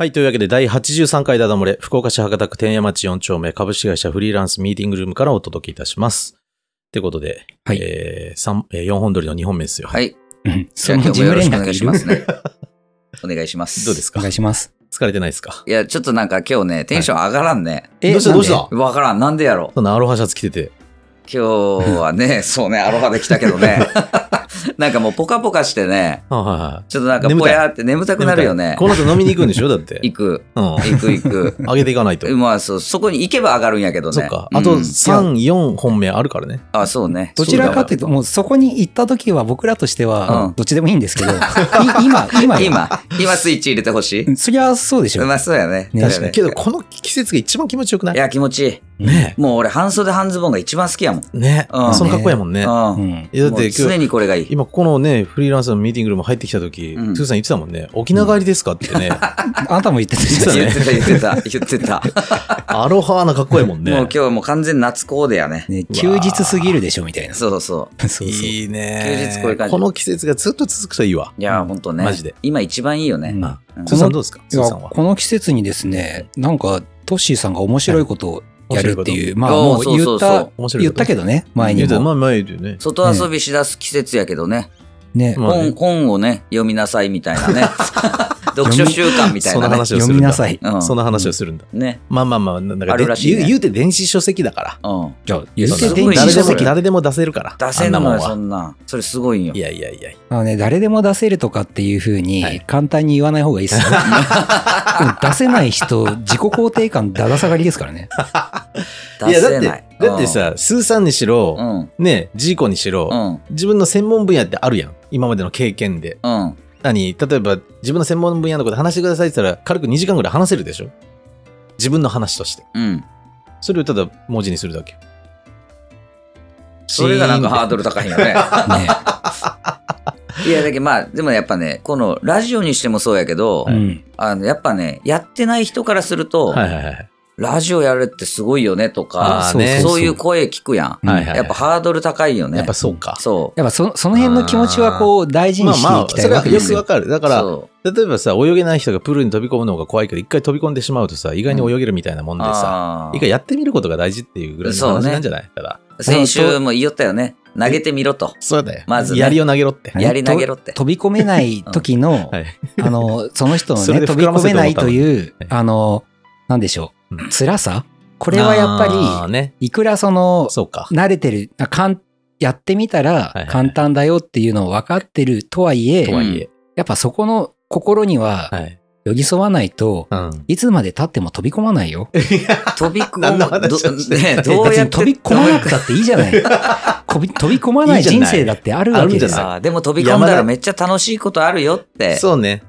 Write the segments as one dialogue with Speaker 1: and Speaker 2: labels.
Speaker 1: はい。というわけで、第83回ダダ漏れ、福岡市博多区天山町4丁目株式会社フリーランスミーティングルームからお届けいたします。ってことで、
Speaker 2: はい
Speaker 1: えー三えー、4本撮りの2本目ですよ。
Speaker 3: はい。
Speaker 2: うん
Speaker 3: じ
Speaker 2: そ
Speaker 3: ゃあ
Speaker 2: の
Speaker 3: 今日
Speaker 2: 自
Speaker 3: も
Speaker 2: 由
Speaker 3: よろし
Speaker 2: 連
Speaker 3: くお願
Speaker 2: 絡
Speaker 3: い
Speaker 2: い
Speaker 3: し
Speaker 2: る
Speaker 3: ますね。 お願いします。
Speaker 1: どうです
Speaker 2: お
Speaker 1: か
Speaker 2: 願いします。
Speaker 1: 疲れてないですか
Speaker 3: いや、ちょっとなんか今日ね、テンション上がらんね。
Speaker 2: え
Speaker 1: どうした
Speaker 2: なん
Speaker 1: どう
Speaker 2: で
Speaker 1: した
Speaker 3: わからん。なんでやろう。
Speaker 1: そんなアロハシャツ着てて。
Speaker 3: 今日は ね、そうね、アロハで来たけどね。なんかもうポカポカしてね、
Speaker 1: あはいはい
Speaker 3: ちょっとなんかぽやーって眠たくなるよね。
Speaker 1: この後飲みに行くんでしょだ って。
Speaker 3: 行く、
Speaker 1: うん。
Speaker 3: 行く、行 く。
Speaker 1: 上げていかないと。
Speaker 3: まあそう、そこに行けば上がるんやけどね。
Speaker 1: そっか。あと
Speaker 3: うん
Speaker 1: 3、4本目あるからね。
Speaker 3: あ、そうね。
Speaker 2: どちらかというと、もうそこに行った時は僕らとして
Speaker 3: う
Speaker 2: は
Speaker 3: ん、
Speaker 2: どっちでもいいんです けど、い今、今、
Speaker 3: 今、今スイッチ入れて ほしい。
Speaker 2: そりゃそうでしょ。
Speaker 3: まあそうやね。
Speaker 2: ね
Speaker 3: 確かに
Speaker 1: けど、この季節が一番気持ちよくない
Speaker 3: いや、気持ちいい。
Speaker 1: ね
Speaker 3: もう俺、半袖半ズボンが一番好きやもん。
Speaker 1: え。ねえ。
Speaker 3: うん
Speaker 1: その格好やもんね。
Speaker 3: う。
Speaker 2: うんん。
Speaker 1: いやだっ
Speaker 3: も
Speaker 1: て
Speaker 3: う
Speaker 1: 今
Speaker 3: 常
Speaker 1: 日、
Speaker 3: にこれがいい。
Speaker 1: 今ここのね、フリーランスのミーティングルーム入ってきた時、
Speaker 3: うん
Speaker 1: スーさん言ってたもんね、沖縄帰りですかって ね、
Speaker 2: あなたも言ってたじゃ
Speaker 1: そ
Speaker 2: な
Speaker 1: う
Speaker 2: い
Speaker 1: だ
Speaker 3: 言
Speaker 1: ね
Speaker 3: ってた、言ってた、言ってた。
Speaker 1: アロハな格好やもん
Speaker 3: もう
Speaker 1: ね
Speaker 3: 今。日はもう完全夏コーデやね。
Speaker 2: ね休日すぎるでしょみたいな。そ
Speaker 3: そうそう。
Speaker 2: うそう。
Speaker 1: いいね。
Speaker 3: 休日こういう感じ
Speaker 1: この季節がずっと続くといいわ。
Speaker 3: いやー、ほんとね。
Speaker 1: マジで
Speaker 3: 今一番いいよ
Speaker 2: う
Speaker 3: ね
Speaker 2: ん。
Speaker 1: あ
Speaker 3: うん
Speaker 1: スーさんどうですか
Speaker 2: い
Speaker 1: ス
Speaker 2: や
Speaker 1: ーさんは。
Speaker 2: この季節にですね、なんか、トッシーさんが面白いことをやるっていう、まあ、
Speaker 3: あ
Speaker 2: もう
Speaker 3: そう
Speaker 2: 言
Speaker 3: そう
Speaker 2: っ
Speaker 3: そう
Speaker 2: た、
Speaker 1: 面白い
Speaker 2: 言ったけ
Speaker 1: ど、
Speaker 2: どね、前に
Speaker 1: 言うた
Speaker 2: も。
Speaker 1: まあ前言うよね。
Speaker 3: 外遊びしだす季節やけどね。
Speaker 2: ね、
Speaker 1: まあね
Speaker 3: 本、本をね、読みなさいみたい なね。読書習慣みたい
Speaker 1: その
Speaker 3: なね。
Speaker 1: 話をす
Speaker 2: 読
Speaker 1: るん
Speaker 2: み
Speaker 1: だ
Speaker 2: なさい。
Speaker 3: うん
Speaker 1: そんな話をするんだ。
Speaker 3: ね。
Speaker 1: まあまあまあ、なんか
Speaker 3: あ
Speaker 1: で
Speaker 3: るらしいね
Speaker 1: 言う言うて電子書籍だから。
Speaker 3: うん。
Speaker 2: じゃあ、
Speaker 1: 言
Speaker 2: 言って
Speaker 3: す
Speaker 2: 電
Speaker 3: ごい
Speaker 2: 子
Speaker 1: 誰で
Speaker 2: 書
Speaker 1: も
Speaker 2: 籍。
Speaker 1: 誰でも出せるから。
Speaker 3: 出せんの
Speaker 1: あ
Speaker 3: よ、
Speaker 1: な
Speaker 3: そ
Speaker 1: んは。
Speaker 3: んな。それすごいんよ
Speaker 1: い。やいやいや。
Speaker 2: あのね、誰でも出せるとかっていうふうに、簡単に言わない方がい いですよ。うん出せない人、自己肯定感だだ下がりですから ね。
Speaker 1: い
Speaker 3: 出
Speaker 1: やだ
Speaker 3: せ
Speaker 1: っ
Speaker 3: ない。
Speaker 1: て、だって
Speaker 3: うん、
Speaker 1: さ、スーさんにし
Speaker 3: う
Speaker 1: ろ、
Speaker 3: ん。
Speaker 1: ね、ジーコにし
Speaker 3: う
Speaker 1: ろ、
Speaker 3: ん。
Speaker 1: 自分の専門分野ってあるやん。今までの経験で。
Speaker 3: うん。
Speaker 1: 何例えば、自分の専門分野のこと話してくださいって言ったら、軽く2時間ぐらい話せるでしょ自分の話として。
Speaker 3: うん。
Speaker 1: それをただ文字にするだけ。
Speaker 3: それがなんかハードル高いよね。
Speaker 2: ね。
Speaker 3: いや、だけどまあ、でもやっぱね、このラジオにしてもそうやけど、
Speaker 2: うん。
Speaker 3: あの、やっぱね、やってない人からすると、
Speaker 1: はいはいはい。
Speaker 3: ラジオやるってすごいよねと
Speaker 1: あ
Speaker 3: か、
Speaker 1: ーね
Speaker 3: そういう声聞くや
Speaker 1: は
Speaker 3: ん。
Speaker 1: いはいはい
Speaker 3: やっぱハードル高いよね。
Speaker 1: やっぱそうか。
Speaker 3: そ
Speaker 2: やっぱそ、その辺の気持ちはこう、大事
Speaker 1: ま
Speaker 2: に
Speaker 1: あ
Speaker 2: して
Speaker 1: ま
Speaker 2: いき
Speaker 1: あ、
Speaker 2: た
Speaker 1: それ
Speaker 2: いわ
Speaker 1: は
Speaker 2: けで
Speaker 1: よ
Speaker 2: す
Speaker 1: くわ
Speaker 2: よ。
Speaker 1: かる。だ
Speaker 3: う。
Speaker 1: から、
Speaker 3: そう
Speaker 1: 例えばさ、泳げない人がプールに飛び込むのが怖いけど、一回飛び込んでしまうとさ、意外に泳げるみたいなもんでさ、
Speaker 3: あー
Speaker 1: 一回やってみることが大事っていうぐらいの
Speaker 3: そう
Speaker 1: 話
Speaker 3: ね
Speaker 1: なんじゃないただ、
Speaker 3: 先週も言いよったよね。投げてみろと。
Speaker 1: そうだよ。
Speaker 3: まずね
Speaker 1: 槍を投げろって。
Speaker 2: うん
Speaker 3: やり投げろって。
Speaker 2: 飛び込めない時の、
Speaker 1: はい。
Speaker 2: あの、その人の
Speaker 1: それ
Speaker 2: ね、
Speaker 1: で
Speaker 2: 飛
Speaker 1: 膨
Speaker 2: び
Speaker 1: らま
Speaker 2: 込
Speaker 1: せ
Speaker 2: め
Speaker 1: て思
Speaker 2: な
Speaker 1: っ
Speaker 2: い
Speaker 1: たの
Speaker 2: という
Speaker 1: はい、
Speaker 2: あの、なんでしょう
Speaker 1: う、
Speaker 2: 辛さこれはやっ
Speaker 1: あー
Speaker 2: ぱ
Speaker 1: ね。
Speaker 2: り、いくらその、
Speaker 1: そうか。
Speaker 2: 慣れてる、あかんやってみた
Speaker 1: はいはい
Speaker 2: ら簡単だよっていうのを分かってるとはいえ、
Speaker 1: とはいえ。
Speaker 2: やっぱそこの心には
Speaker 1: はい。
Speaker 2: 寄り添わないと、
Speaker 1: うん。
Speaker 2: いつまで経っても飛び込まないよ。
Speaker 3: 飛び込
Speaker 1: 何
Speaker 3: む
Speaker 1: の話をし
Speaker 3: ど、ね、
Speaker 2: え
Speaker 3: どう
Speaker 2: 別
Speaker 3: やっ
Speaker 2: に
Speaker 3: て
Speaker 2: 飛び込まなくたっていいじ ゃない。飛び飛び込まない
Speaker 1: い
Speaker 2: い
Speaker 1: じゃ
Speaker 2: 人
Speaker 1: ない
Speaker 2: 生だってあるわけ
Speaker 1: ある
Speaker 2: で
Speaker 1: んじ
Speaker 2: す
Speaker 1: ゃない
Speaker 3: あーでも飛び込んだらめっちゃ楽しいことあるよって。
Speaker 1: そうね。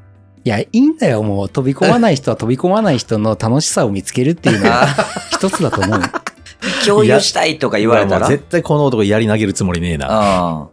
Speaker 2: いや、いいんだよ、もう。飛び込まない人は飛び込まない人の楽しさを見つけるっていうのは
Speaker 3: あ
Speaker 2: 一つ だと思う。
Speaker 3: ー共有したいとか言われた
Speaker 1: いやも
Speaker 3: ら
Speaker 1: う。絶対この男槍投げるつもりねえな。
Speaker 3: あ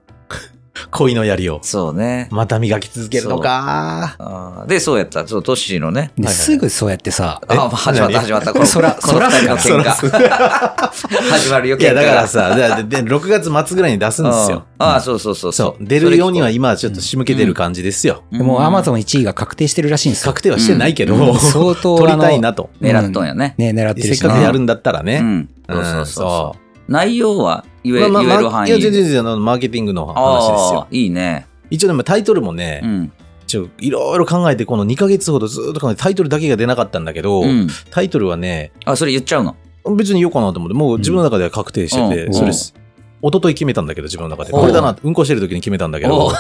Speaker 1: 恋の槍を
Speaker 3: ー。そうね。
Speaker 1: また磨き続けるのか。
Speaker 3: あーで、そうやった。そう、トッシーのね。
Speaker 1: はい
Speaker 2: で
Speaker 1: はい
Speaker 2: すぐそうやってさ、
Speaker 3: あーまあ始まった、
Speaker 1: 何
Speaker 3: 始まった。この
Speaker 2: そら
Speaker 3: この二人の
Speaker 1: そ
Speaker 3: 喧
Speaker 1: ら
Speaker 3: 嘩。始まるよ、
Speaker 1: い
Speaker 3: 喧
Speaker 1: や、
Speaker 3: 嘩が。
Speaker 1: だからさ、だでで6月末ぐらいに出すんですよ。
Speaker 3: うんああ、そうそうそう。
Speaker 1: そう。出るようには今はちょっと仕向けてる感じですよ。
Speaker 3: うん、
Speaker 2: もうアマ
Speaker 3: ン。
Speaker 2: ゾン1位が確定してるらしいんですよ。
Speaker 1: 確定はしてないけど、
Speaker 2: うん相当
Speaker 1: 取
Speaker 2: あ
Speaker 1: り
Speaker 2: の
Speaker 1: たいなと。
Speaker 3: 狙っとんやね。
Speaker 2: ね、狙って
Speaker 1: せ
Speaker 2: る
Speaker 1: っ
Speaker 2: しな
Speaker 1: かくやるんだったら
Speaker 3: う
Speaker 1: ね。。
Speaker 3: ん。そうそうそうう。内容は言え,、
Speaker 1: まあ
Speaker 3: 言える
Speaker 1: まあ、
Speaker 3: 範
Speaker 1: い
Speaker 3: 囲。
Speaker 1: や、全然全然、あのマーケティングの話です
Speaker 3: あ
Speaker 1: よ。
Speaker 3: あ、いいね。
Speaker 1: 一応でもタイトルもね
Speaker 3: う、ん。
Speaker 1: ちょいろいろ考えて、この2ヶ月ほどずっと考えて、タイトルだけが出なかったんだけど、
Speaker 3: うん。
Speaker 1: タイトルはね、
Speaker 3: あ、それ言っちゃうの。
Speaker 1: 別に言おうかなと思って、もう自分の中では確定してて、
Speaker 3: うん
Speaker 1: それです。一昨日決めたんだけど、自分の中で。
Speaker 3: ほう
Speaker 1: これだな、うんこしてる時に決めたんだけ
Speaker 3: お
Speaker 1: ど
Speaker 3: う、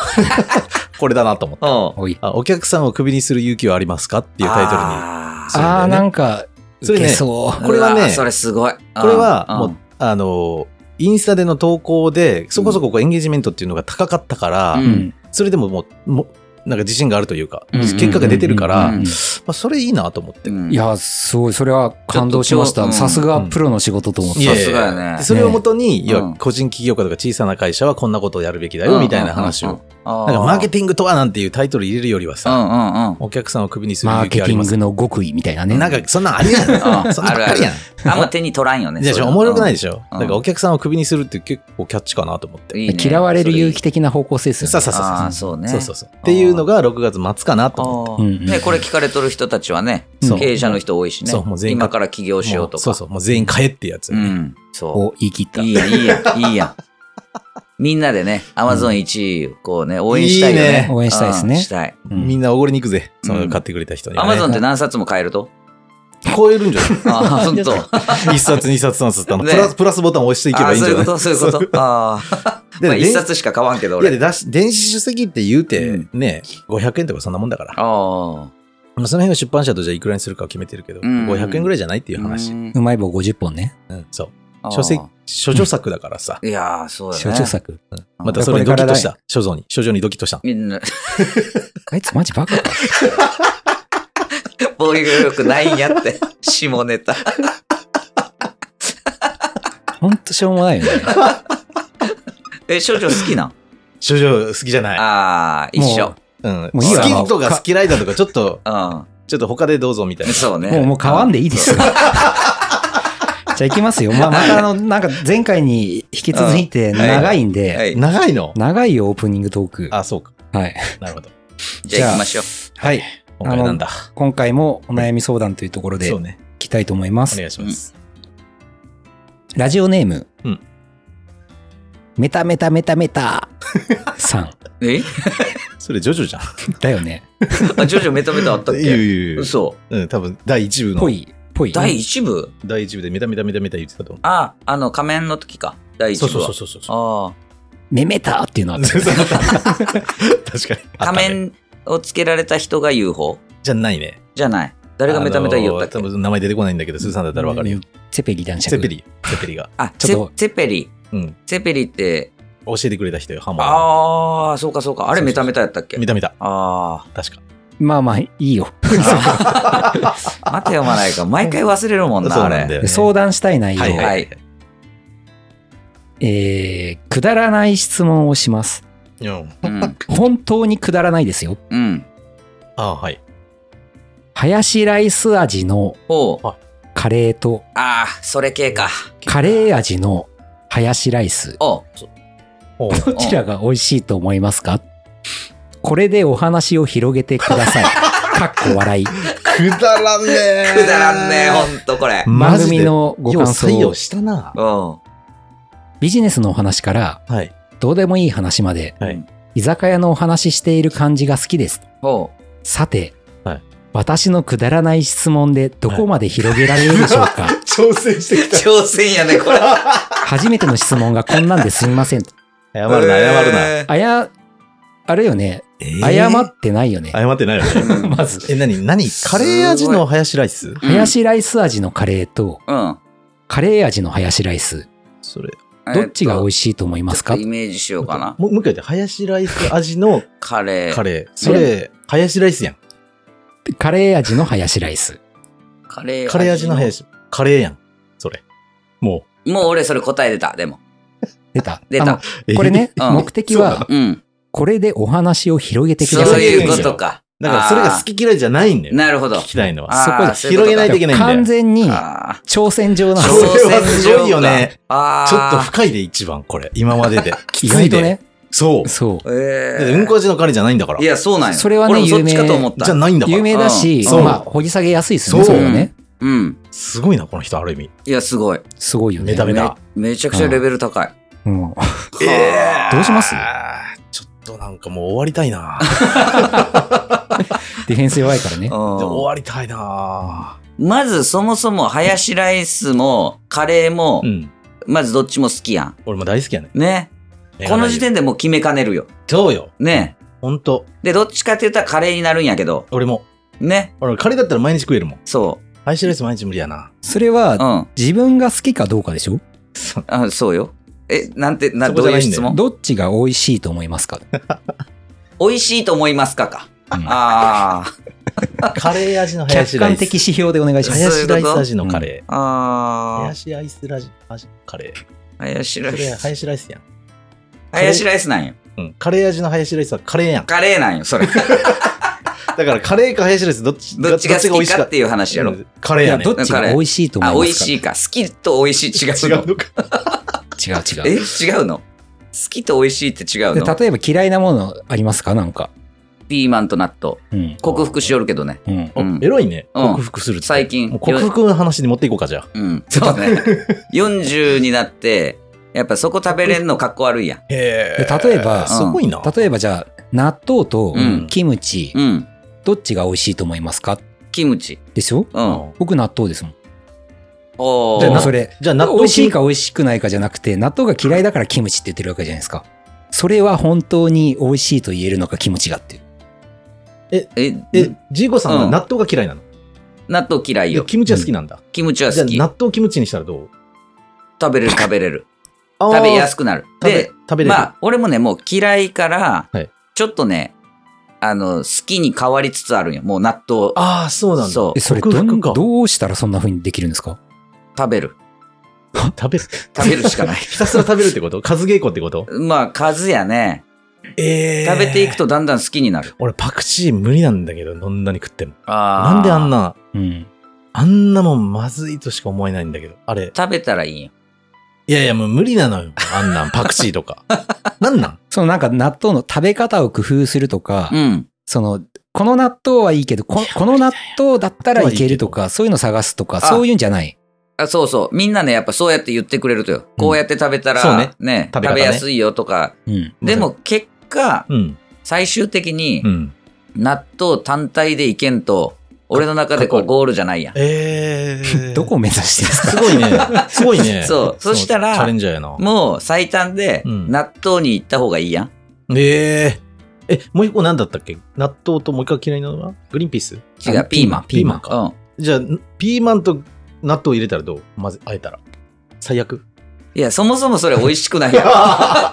Speaker 1: これだなと思って。
Speaker 3: あ
Speaker 2: おい。
Speaker 1: あお客さんをクビにする勇気はありますかっていうタイトルに。
Speaker 3: あ
Speaker 1: そうだよね
Speaker 2: ああー、なんか、
Speaker 1: そ
Speaker 2: そ
Speaker 1: れ
Speaker 2: れ
Speaker 1: ね
Speaker 2: ね。そう。
Speaker 1: これはね
Speaker 3: うわそれすごい。
Speaker 1: これは、
Speaker 3: ん
Speaker 1: もう、あの、インスタでの投稿で、そこそここうエンゲージメントっていうのが高かったから、
Speaker 3: うん
Speaker 2: うん。
Speaker 1: それでももう、もうなんか自信があるというか、
Speaker 3: うんうんうんうん
Speaker 1: 結果が出てるから、
Speaker 3: うん
Speaker 1: まあ、それいいなと思って。
Speaker 3: うん
Speaker 2: いや、すごい、それは感動しまし
Speaker 3: ちょ
Speaker 2: た。
Speaker 3: っと
Speaker 2: さすがプロの仕事と思った。
Speaker 1: いやいや
Speaker 3: さすがやね
Speaker 1: でそれをもとに、
Speaker 3: ね
Speaker 1: 要
Speaker 3: うん
Speaker 1: は個人起業家とか小さな会社はこんなことをやるべきだよみたいな話を。なんかマーケ
Speaker 3: テ
Speaker 1: ティングとはなんていうタイトル入れるよりは
Speaker 3: ィ
Speaker 1: さ、
Speaker 3: うんうんうん。
Speaker 1: お客さんをクビにする
Speaker 2: マー
Speaker 1: 勇
Speaker 2: ケ
Speaker 1: 気
Speaker 2: テ
Speaker 1: あり
Speaker 2: ィン
Speaker 1: ます
Speaker 2: グ。の極意みたいなね。
Speaker 1: なんかそんなんありえ ない
Speaker 3: うん
Speaker 1: そんなんばっかりやん。
Speaker 3: あんま手に取らんよね。
Speaker 1: でし
Speaker 3: そう
Speaker 1: ょ
Speaker 3: いうの
Speaker 1: おもろくないでしょ
Speaker 3: うん
Speaker 1: だからお客さんをクビにするって結構キャッチかなと思って。
Speaker 3: いいね
Speaker 2: 嫌われる勇気的な方向性ですよね。
Speaker 1: さあさあさ
Speaker 3: ああ、
Speaker 1: あさ
Speaker 3: そうね。
Speaker 1: そうそうそう。っていうのが6月末かなと思って。
Speaker 3: ああ
Speaker 2: うんうん
Speaker 3: ね、これ聞かれとる人たちはね、
Speaker 1: そう
Speaker 3: 経営者の人多いしね
Speaker 1: そうもう、全員
Speaker 3: 今から起業しよう
Speaker 1: も
Speaker 3: と
Speaker 1: う
Speaker 3: か。
Speaker 1: そうそう。もう全員買えってやつ。
Speaker 3: うん。そ
Speaker 2: を言い切っ
Speaker 3: う。
Speaker 2: た。
Speaker 3: いいやん、いいやん、いいや ん。みんなでね、アマゾン1位、こうね、応援したい
Speaker 1: い
Speaker 3: よ
Speaker 1: い
Speaker 3: ね
Speaker 1: ね。
Speaker 2: 応援したいですね
Speaker 3: うんしたい。
Speaker 2: うん
Speaker 1: みんなおごりに行くぜ。そ
Speaker 3: うん
Speaker 1: の買ってくれた人には
Speaker 3: ア
Speaker 1: ね。
Speaker 3: マゾンって何冊も買えると
Speaker 1: 超えるんじゃない
Speaker 3: ああ、ほんと。
Speaker 1: 一冊、二冊、三冊あの
Speaker 3: ね
Speaker 1: プラス、プラスボタンを押していけ
Speaker 3: あ
Speaker 1: ば
Speaker 3: あ、
Speaker 1: いいん
Speaker 3: そう
Speaker 1: じ
Speaker 3: い
Speaker 1: ゃ
Speaker 3: う
Speaker 1: な
Speaker 3: こ
Speaker 1: い
Speaker 3: と、そういうこと。ああ。
Speaker 1: で
Speaker 3: まあ、
Speaker 1: 電
Speaker 3: 一冊しか買わんけど、
Speaker 1: いや
Speaker 3: 俺。
Speaker 1: でだし電子書籍って言うて、
Speaker 3: うん
Speaker 1: ね、500円とかそんなもんだから。
Speaker 3: ああ。
Speaker 1: まあその辺は出版社とじゃあいくらにするかは決めてるけど、
Speaker 3: うん
Speaker 1: 500円ぐらいじゃないっていう話。
Speaker 3: うん
Speaker 2: うまい棒50本ね。
Speaker 1: うんそう。
Speaker 3: ああ
Speaker 1: 書籍、書女作だからさ。
Speaker 3: いやー、そうだね。
Speaker 2: 所長作。
Speaker 1: またそれにドキッとした。書像に。書像にドキッとした。
Speaker 3: みんな、
Speaker 2: あいつマジバカか。
Speaker 3: 防御力ないんやって。 下ネタ。
Speaker 2: ほんとしょうもないよね。
Speaker 3: え、少女好きなん
Speaker 1: 書像好きじゃない。
Speaker 3: ああ、一緒。
Speaker 1: うん。
Speaker 2: も
Speaker 1: 好
Speaker 2: ういいわ
Speaker 1: きとか好き嫌いだとか、ちょっと、
Speaker 3: う
Speaker 1: ちょっと他でどうぞみたい
Speaker 3: ん。
Speaker 1: な。
Speaker 3: そうね。
Speaker 2: もう、もう買わんでいい ですよ。じゃあ行きますよ。まあ、またあの、なんか前回に引き続いて長いん
Speaker 3: は
Speaker 2: で、
Speaker 3: い。
Speaker 1: 長いの
Speaker 2: 長いよオープニングトーク。
Speaker 1: あ、そうか。
Speaker 2: はい。
Speaker 1: なるほど。
Speaker 3: じゃあ行きましょう。
Speaker 1: はい。今回なんだ。
Speaker 2: 今回もお悩み相談というところで
Speaker 1: そ
Speaker 2: いう
Speaker 1: ね。
Speaker 2: きたいと思いま
Speaker 1: お
Speaker 2: す。
Speaker 1: 願いします。
Speaker 2: ラジオネーム、
Speaker 1: うん
Speaker 2: メタメタメタメタさん
Speaker 3: え
Speaker 1: それ、ジョジョじゃん。
Speaker 2: だよね。
Speaker 3: あ、ジョジョメタメタあったっ
Speaker 1: いやい
Speaker 3: け
Speaker 1: やいや
Speaker 3: 嘘。
Speaker 1: うん、多分、第一部の
Speaker 2: ぽ。い、ぽい。
Speaker 3: 第1部
Speaker 1: 第一部でメタメタメタメタ言ってたと思
Speaker 3: あ、あの、仮面の時か。第1
Speaker 1: う。そう
Speaker 3: 部は。
Speaker 1: そうそうそうそう。
Speaker 3: あ
Speaker 2: メメタっていうのは、
Speaker 1: そうそう 確 かに。
Speaker 3: あ。仮面をつけられた人が UFO?
Speaker 1: じゃないね。
Speaker 3: じゃない。誰がメタメタ言おったっけ
Speaker 1: あのー多分名前出てこないんだけど、スーさんだったらわかるよ。
Speaker 2: セペリ男爵。
Speaker 1: セペリ、セペリが。
Speaker 3: あ、
Speaker 2: ち
Speaker 3: ツ
Speaker 2: ょっ
Speaker 3: ェツェペリ。
Speaker 1: うん。
Speaker 3: ツェペリって、
Speaker 1: 教えてくれた人よ、ハモン。
Speaker 3: ああ、そうかそうか。あ
Speaker 1: そう
Speaker 3: れ
Speaker 1: そう
Speaker 3: メタメタやったっけ
Speaker 1: 見た見た。
Speaker 3: あ
Speaker 1: 確か。
Speaker 2: まあまあ、い いよ。
Speaker 3: あ。また読まないか。毎回忘れるもん
Speaker 1: そ
Speaker 3: な、
Speaker 1: う
Speaker 3: あ
Speaker 1: なんだ
Speaker 3: れ。
Speaker 1: よね。
Speaker 2: 相談したい内容、
Speaker 1: はい
Speaker 3: はい。
Speaker 2: えーくだらない質問をします。
Speaker 1: うん。
Speaker 3: うん。
Speaker 2: 本当にくだらないですよ。
Speaker 3: うん。
Speaker 1: あはい。
Speaker 2: ハヤシライス味の
Speaker 3: ほう。
Speaker 2: カレーと、
Speaker 3: ああ、それ系か。
Speaker 2: カレー味のハヤシライス、
Speaker 3: おう
Speaker 1: おう
Speaker 2: どちらが美味しいと思いますかこれでお話を広げてく ださい。かっこ笑い。
Speaker 1: くだらんねえ
Speaker 3: くだらんねえ、ほんとこれ。
Speaker 2: 番組のご感想
Speaker 1: よう採
Speaker 2: を
Speaker 1: 用したな。
Speaker 3: うん。
Speaker 2: ビジネスのお話から
Speaker 1: はい。
Speaker 2: どうでもいい話まで、
Speaker 1: はい
Speaker 2: 居酒屋のお話ししている感じが好きです。
Speaker 3: ほう。
Speaker 2: さて、
Speaker 1: はい
Speaker 2: 私のくだらない質問でどこまで広げられるでしょうか、
Speaker 1: 挑戦してき。
Speaker 3: 挑戦やね、これ。
Speaker 2: 初めての質問がこんなんですみません。
Speaker 1: 謝るな、謝るな。
Speaker 2: あや、あれよね、
Speaker 1: えー
Speaker 2: 謝ってないよね。
Speaker 1: 謝ってないよね。
Speaker 3: る
Speaker 2: まず、
Speaker 1: え、なに、なにカレー味のハヤシライス
Speaker 3: うん
Speaker 2: ハヤシライス味のカレーと、
Speaker 3: うん。
Speaker 2: カレー味のハヤシライス、
Speaker 1: それ。
Speaker 2: どっちが美味
Speaker 3: しい
Speaker 2: しいと思いますか、
Speaker 3: イメージしようかな。
Speaker 1: もうもう一回言って、ハヤシライス味の
Speaker 3: カレー。
Speaker 1: カレー。それ、ハヤシライスやん。
Speaker 2: カレー味のハヤシライス。
Speaker 3: カレー。
Speaker 1: カレー味のハヤシ。カレーやん。それ。も
Speaker 3: もう俺それ答え出た、でも。
Speaker 2: 出た。
Speaker 3: 出
Speaker 2: あの
Speaker 3: た。
Speaker 1: う。
Speaker 2: これね、
Speaker 3: うん
Speaker 2: 目的は、
Speaker 3: うん。
Speaker 2: これでお話を広げてく
Speaker 3: そう
Speaker 2: ださい。
Speaker 3: いうことか。
Speaker 1: だからそれが好き嫌いじゃないんだよ。
Speaker 3: なるほど
Speaker 1: 聞。きたいのは。
Speaker 3: あー
Speaker 1: そこで広げないといけないんだよ。
Speaker 2: 完全に
Speaker 3: あ
Speaker 2: 挑戦状
Speaker 3: あ。
Speaker 2: なん
Speaker 1: そ
Speaker 2: で
Speaker 1: う
Speaker 2: すよ。
Speaker 1: れはすごいよね
Speaker 3: ああ。
Speaker 1: ちょっと深いで一番これ。今までで。き
Speaker 2: 意
Speaker 1: つい
Speaker 2: 外
Speaker 1: で。
Speaker 2: とね。
Speaker 1: そう。
Speaker 2: そ
Speaker 1: だ
Speaker 3: え
Speaker 1: っ
Speaker 3: え
Speaker 1: てうんこ味のカレーじゃないんだから。
Speaker 3: いや、そうなんよ。
Speaker 2: それはね
Speaker 3: 俺もそっちかと思っ
Speaker 1: じゃ
Speaker 3: た。
Speaker 1: ないんだ
Speaker 2: う。
Speaker 1: から。
Speaker 2: 有名だし、
Speaker 1: うん
Speaker 2: まあ、掘り下げやすいですよね。
Speaker 1: そう
Speaker 2: それはね。
Speaker 3: うん。
Speaker 1: すごいな、この人、ある意味。
Speaker 3: いや、すごい。
Speaker 2: すごいよね。
Speaker 1: メタメ
Speaker 3: め
Speaker 1: タ。
Speaker 3: めちゃくちゃレベル高い。
Speaker 2: うん。
Speaker 3: え
Speaker 2: どうします
Speaker 1: あーちょっとなんかもう終わりたい な。
Speaker 2: ディフェンス弱いからね。
Speaker 1: 終わりたいな。
Speaker 3: まずそもそも、ハヤシライスも、カレーも
Speaker 1: う、ん。
Speaker 3: まずどっちも好きやん。
Speaker 1: 俺も大好きやね。
Speaker 3: ね。この時
Speaker 1: で。
Speaker 3: 点でもう決めかねるよ。
Speaker 1: そうよ。
Speaker 3: ね。
Speaker 1: ほんと。
Speaker 3: で、どっちかって言ったらカレーになるんやけど、
Speaker 1: 俺も。
Speaker 3: ね。
Speaker 1: 俺、カレーだったら毎日食えるもん。
Speaker 3: そ
Speaker 1: ハイシライス毎日無理や な。
Speaker 2: それ
Speaker 3: う。う
Speaker 2: は、
Speaker 3: ん。
Speaker 2: 自分が好きかどうかでしょ
Speaker 3: あそうよ。え、なんて、な
Speaker 1: そ
Speaker 3: ど
Speaker 1: こ
Speaker 3: う
Speaker 1: じゃ
Speaker 3: い
Speaker 1: ない
Speaker 3: う
Speaker 1: んだよ
Speaker 3: 質問
Speaker 2: どっちが美味しいと思いますか
Speaker 3: 美味しいと思いますかか。
Speaker 2: うん
Speaker 3: あ
Speaker 1: カレー味の
Speaker 2: 客
Speaker 1: 林ライ
Speaker 2: 観
Speaker 1: ス。
Speaker 2: 的指標でお願いします。
Speaker 1: 林ライス味のカレ
Speaker 3: あ、あ
Speaker 1: ー。
Speaker 3: あ、
Speaker 1: 林アイスラジ味のカレー。
Speaker 3: 林ラ
Speaker 1: それ
Speaker 3: イス。
Speaker 1: 林ライスやん。
Speaker 3: 林ライスなんよ。
Speaker 1: うん。カレー味の林ライスはカレーやん。
Speaker 3: カレーなんよ、それ。
Speaker 1: だからカレーか林ライスどっち
Speaker 3: どっちが好きかっていう
Speaker 1: た
Speaker 3: 話やろ。
Speaker 1: カレ
Speaker 2: い
Speaker 1: ーや
Speaker 2: や、
Speaker 1: ね。
Speaker 2: どっちが美味しいと思い
Speaker 3: あ、
Speaker 2: ますか
Speaker 3: 美味しいか。好きと美味しい違う
Speaker 1: 違
Speaker 3: の。
Speaker 1: うのか。
Speaker 2: 違う違
Speaker 3: え
Speaker 2: う。
Speaker 3: 違うの好きと美味しいって違う
Speaker 2: で
Speaker 3: の
Speaker 2: 例えば嫌いなものありますかなんか。
Speaker 3: ピーマンと納豆。
Speaker 2: うん。
Speaker 3: 克服しよるけどね。
Speaker 2: うん。
Speaker 1: お
Speaker 3: うん
Speaker 1: エロいね。
Speaker 3: うん
Speaker 1: 克服するって。
Speaker 3: 最近
Speaker 1: もう克服の話に持っていこうか、じゃあ。
Speaker 3: うん。そう ね。40になって、やっぱそこ食べれんのかっこ悪いやん。
Speaker 1: へ
Speaker 2: ーで例えば
Speaker 1: すごいな。
Speaker 2: 例えばじゃあ、納豆と
Speaker 3: うん
Speaker 2: キムチ、
Speaker 3: うん。
Speaker 2: どっちが美味しいと思いますか
Speaker 3: キムチ。
Speaker 2: でしょ
Speaker 3: うん。
Speaker 2: 僕納豆ですもん。
Speaker 3: お
Speaker 1: じゃあ
Speaker 2: でも
Speaker 1: な
Speaker 2: そ
Speaker 3: ー。
Speaker 2: れ、
Speaker 1: じゃあ、納豆
Speaker 2: 美味しいか美味しくないかじゃなくて、納豆が嫌いだからキムチって言ってるわけじゃないですか。それは本当に美味しいと言えるのか、キムチがっていう。
Speaker 3: え、
Speaker 1: え、ジーコさんは納豆が嫌いなの
Speaker 3: 納豆嫌い
Speaker 1: いや
Speaker 3: よ。
Speaker 1: キムチは好きなんだ。
Speaker 3: キムチは
Speaker 1: じゃ
Speaker 3: 好
Speaker 1: あ、
Speaker 3: き。
Speaker 1: 納豆キムチにしたらどう
Speaker 3: 食べれる食べれる。
Speaker 1: あー
Speaker 3: 食べやすくなる。
Speaker 1: 食べ
Speaker 3: で、
Speaker 1: 食べれる
Speaker 3: ま。あ、俺もね、もう嫌いから
Speaker 1: はい、
Speaker 3: ちょっとね、あの、好きに変わりつつあるんよ。もう納豆
Speaker 1: ああ、そうなんだ。
Speaker 3: そう
Speaker 2: え、それ
Speaker 1: 克
Speaker 2: どん、
Speaker 1: 服か。
Speaker 2: どうしたらそんな風にできるんですか
Speaker 3: 食べる。
Speaker 1: 食べる。
Speaker 3: 食べるしかな い
Speaker 1: ひたすら食べるってこと数稽古ってこと
Speaker 3: まあ、数やね。
Speaker 1: え
Speaker 3: 食べていく。とだんだん好きになる。
Speaker 1: 俺、パクチー無理なんだけど、どんなに食っても。
Speaker 3: あ
Speaker 1: なんであんな、
Speaker 2: うん。
Speaker 1: あんなもんまずいとしか思えないんだけど。あれ。
Speaker 3: 食べたらいいんよ。
Speaker 1: いやいや、もう無理なのよ。あんなん、パクチーと か。なんなん
Speaker 2: そのなんか納豆の食べ方を工夫するとか、
Speaker 3: うん。
Speaker 2: その、この納豆はいいけど、ここの納豆だったらいけるとか、そういうの探すとか、
Speaker 3: あ
Speaker 2: そういうんじゃない。
Speaker 3: あそうそう。みんなね、やっぱそうやって言ってくれるとよ。こうやって食べた
Speaker 1: そう
Speaker 3: ら、
Speaker 1: ね
Speaker 3: ね
Speaker 1: 食べ
Speaker 3: 食べ
Speaker 1: 方ね
Speaker 3: やすいよとか。
Speaker 2: うん。
Speaker 3: でも、結果、
Speaker 1: うん。
Speaker 3: 最終的に
Speaker 1: うん。
Speaker 3: 納豆単体でいけんと、俺の中でこ
Speaker 1: かっこいうい
Speaker 3: ゴールじゃないやん。
Speaker 1: えー。
Speaker 2: どこを目指してるんですか
Speaker 1: すごいね。すごいね。
Speaker 3: そうそしたら
Speaker 1: チャレンジャーやな。
Speaker 3: もう最短で
Speaker 1: うん
Speaker 3: 納豆に行った方がいいやん。
Speaker 1: えええ、もう一個何だったっけ納豆ともう一回嫌いなのはグリーンピース
Speaker 3: 違う、ピーマン。
Speaker 1: ピーマンか。
Speaker 3: うん。
Speaker 1: じゃあ、ピーマンと納豆入れたらどう混ぜ、あえたら。最悪
Speaker 3: いや、そもそもそれ美味しくないやん。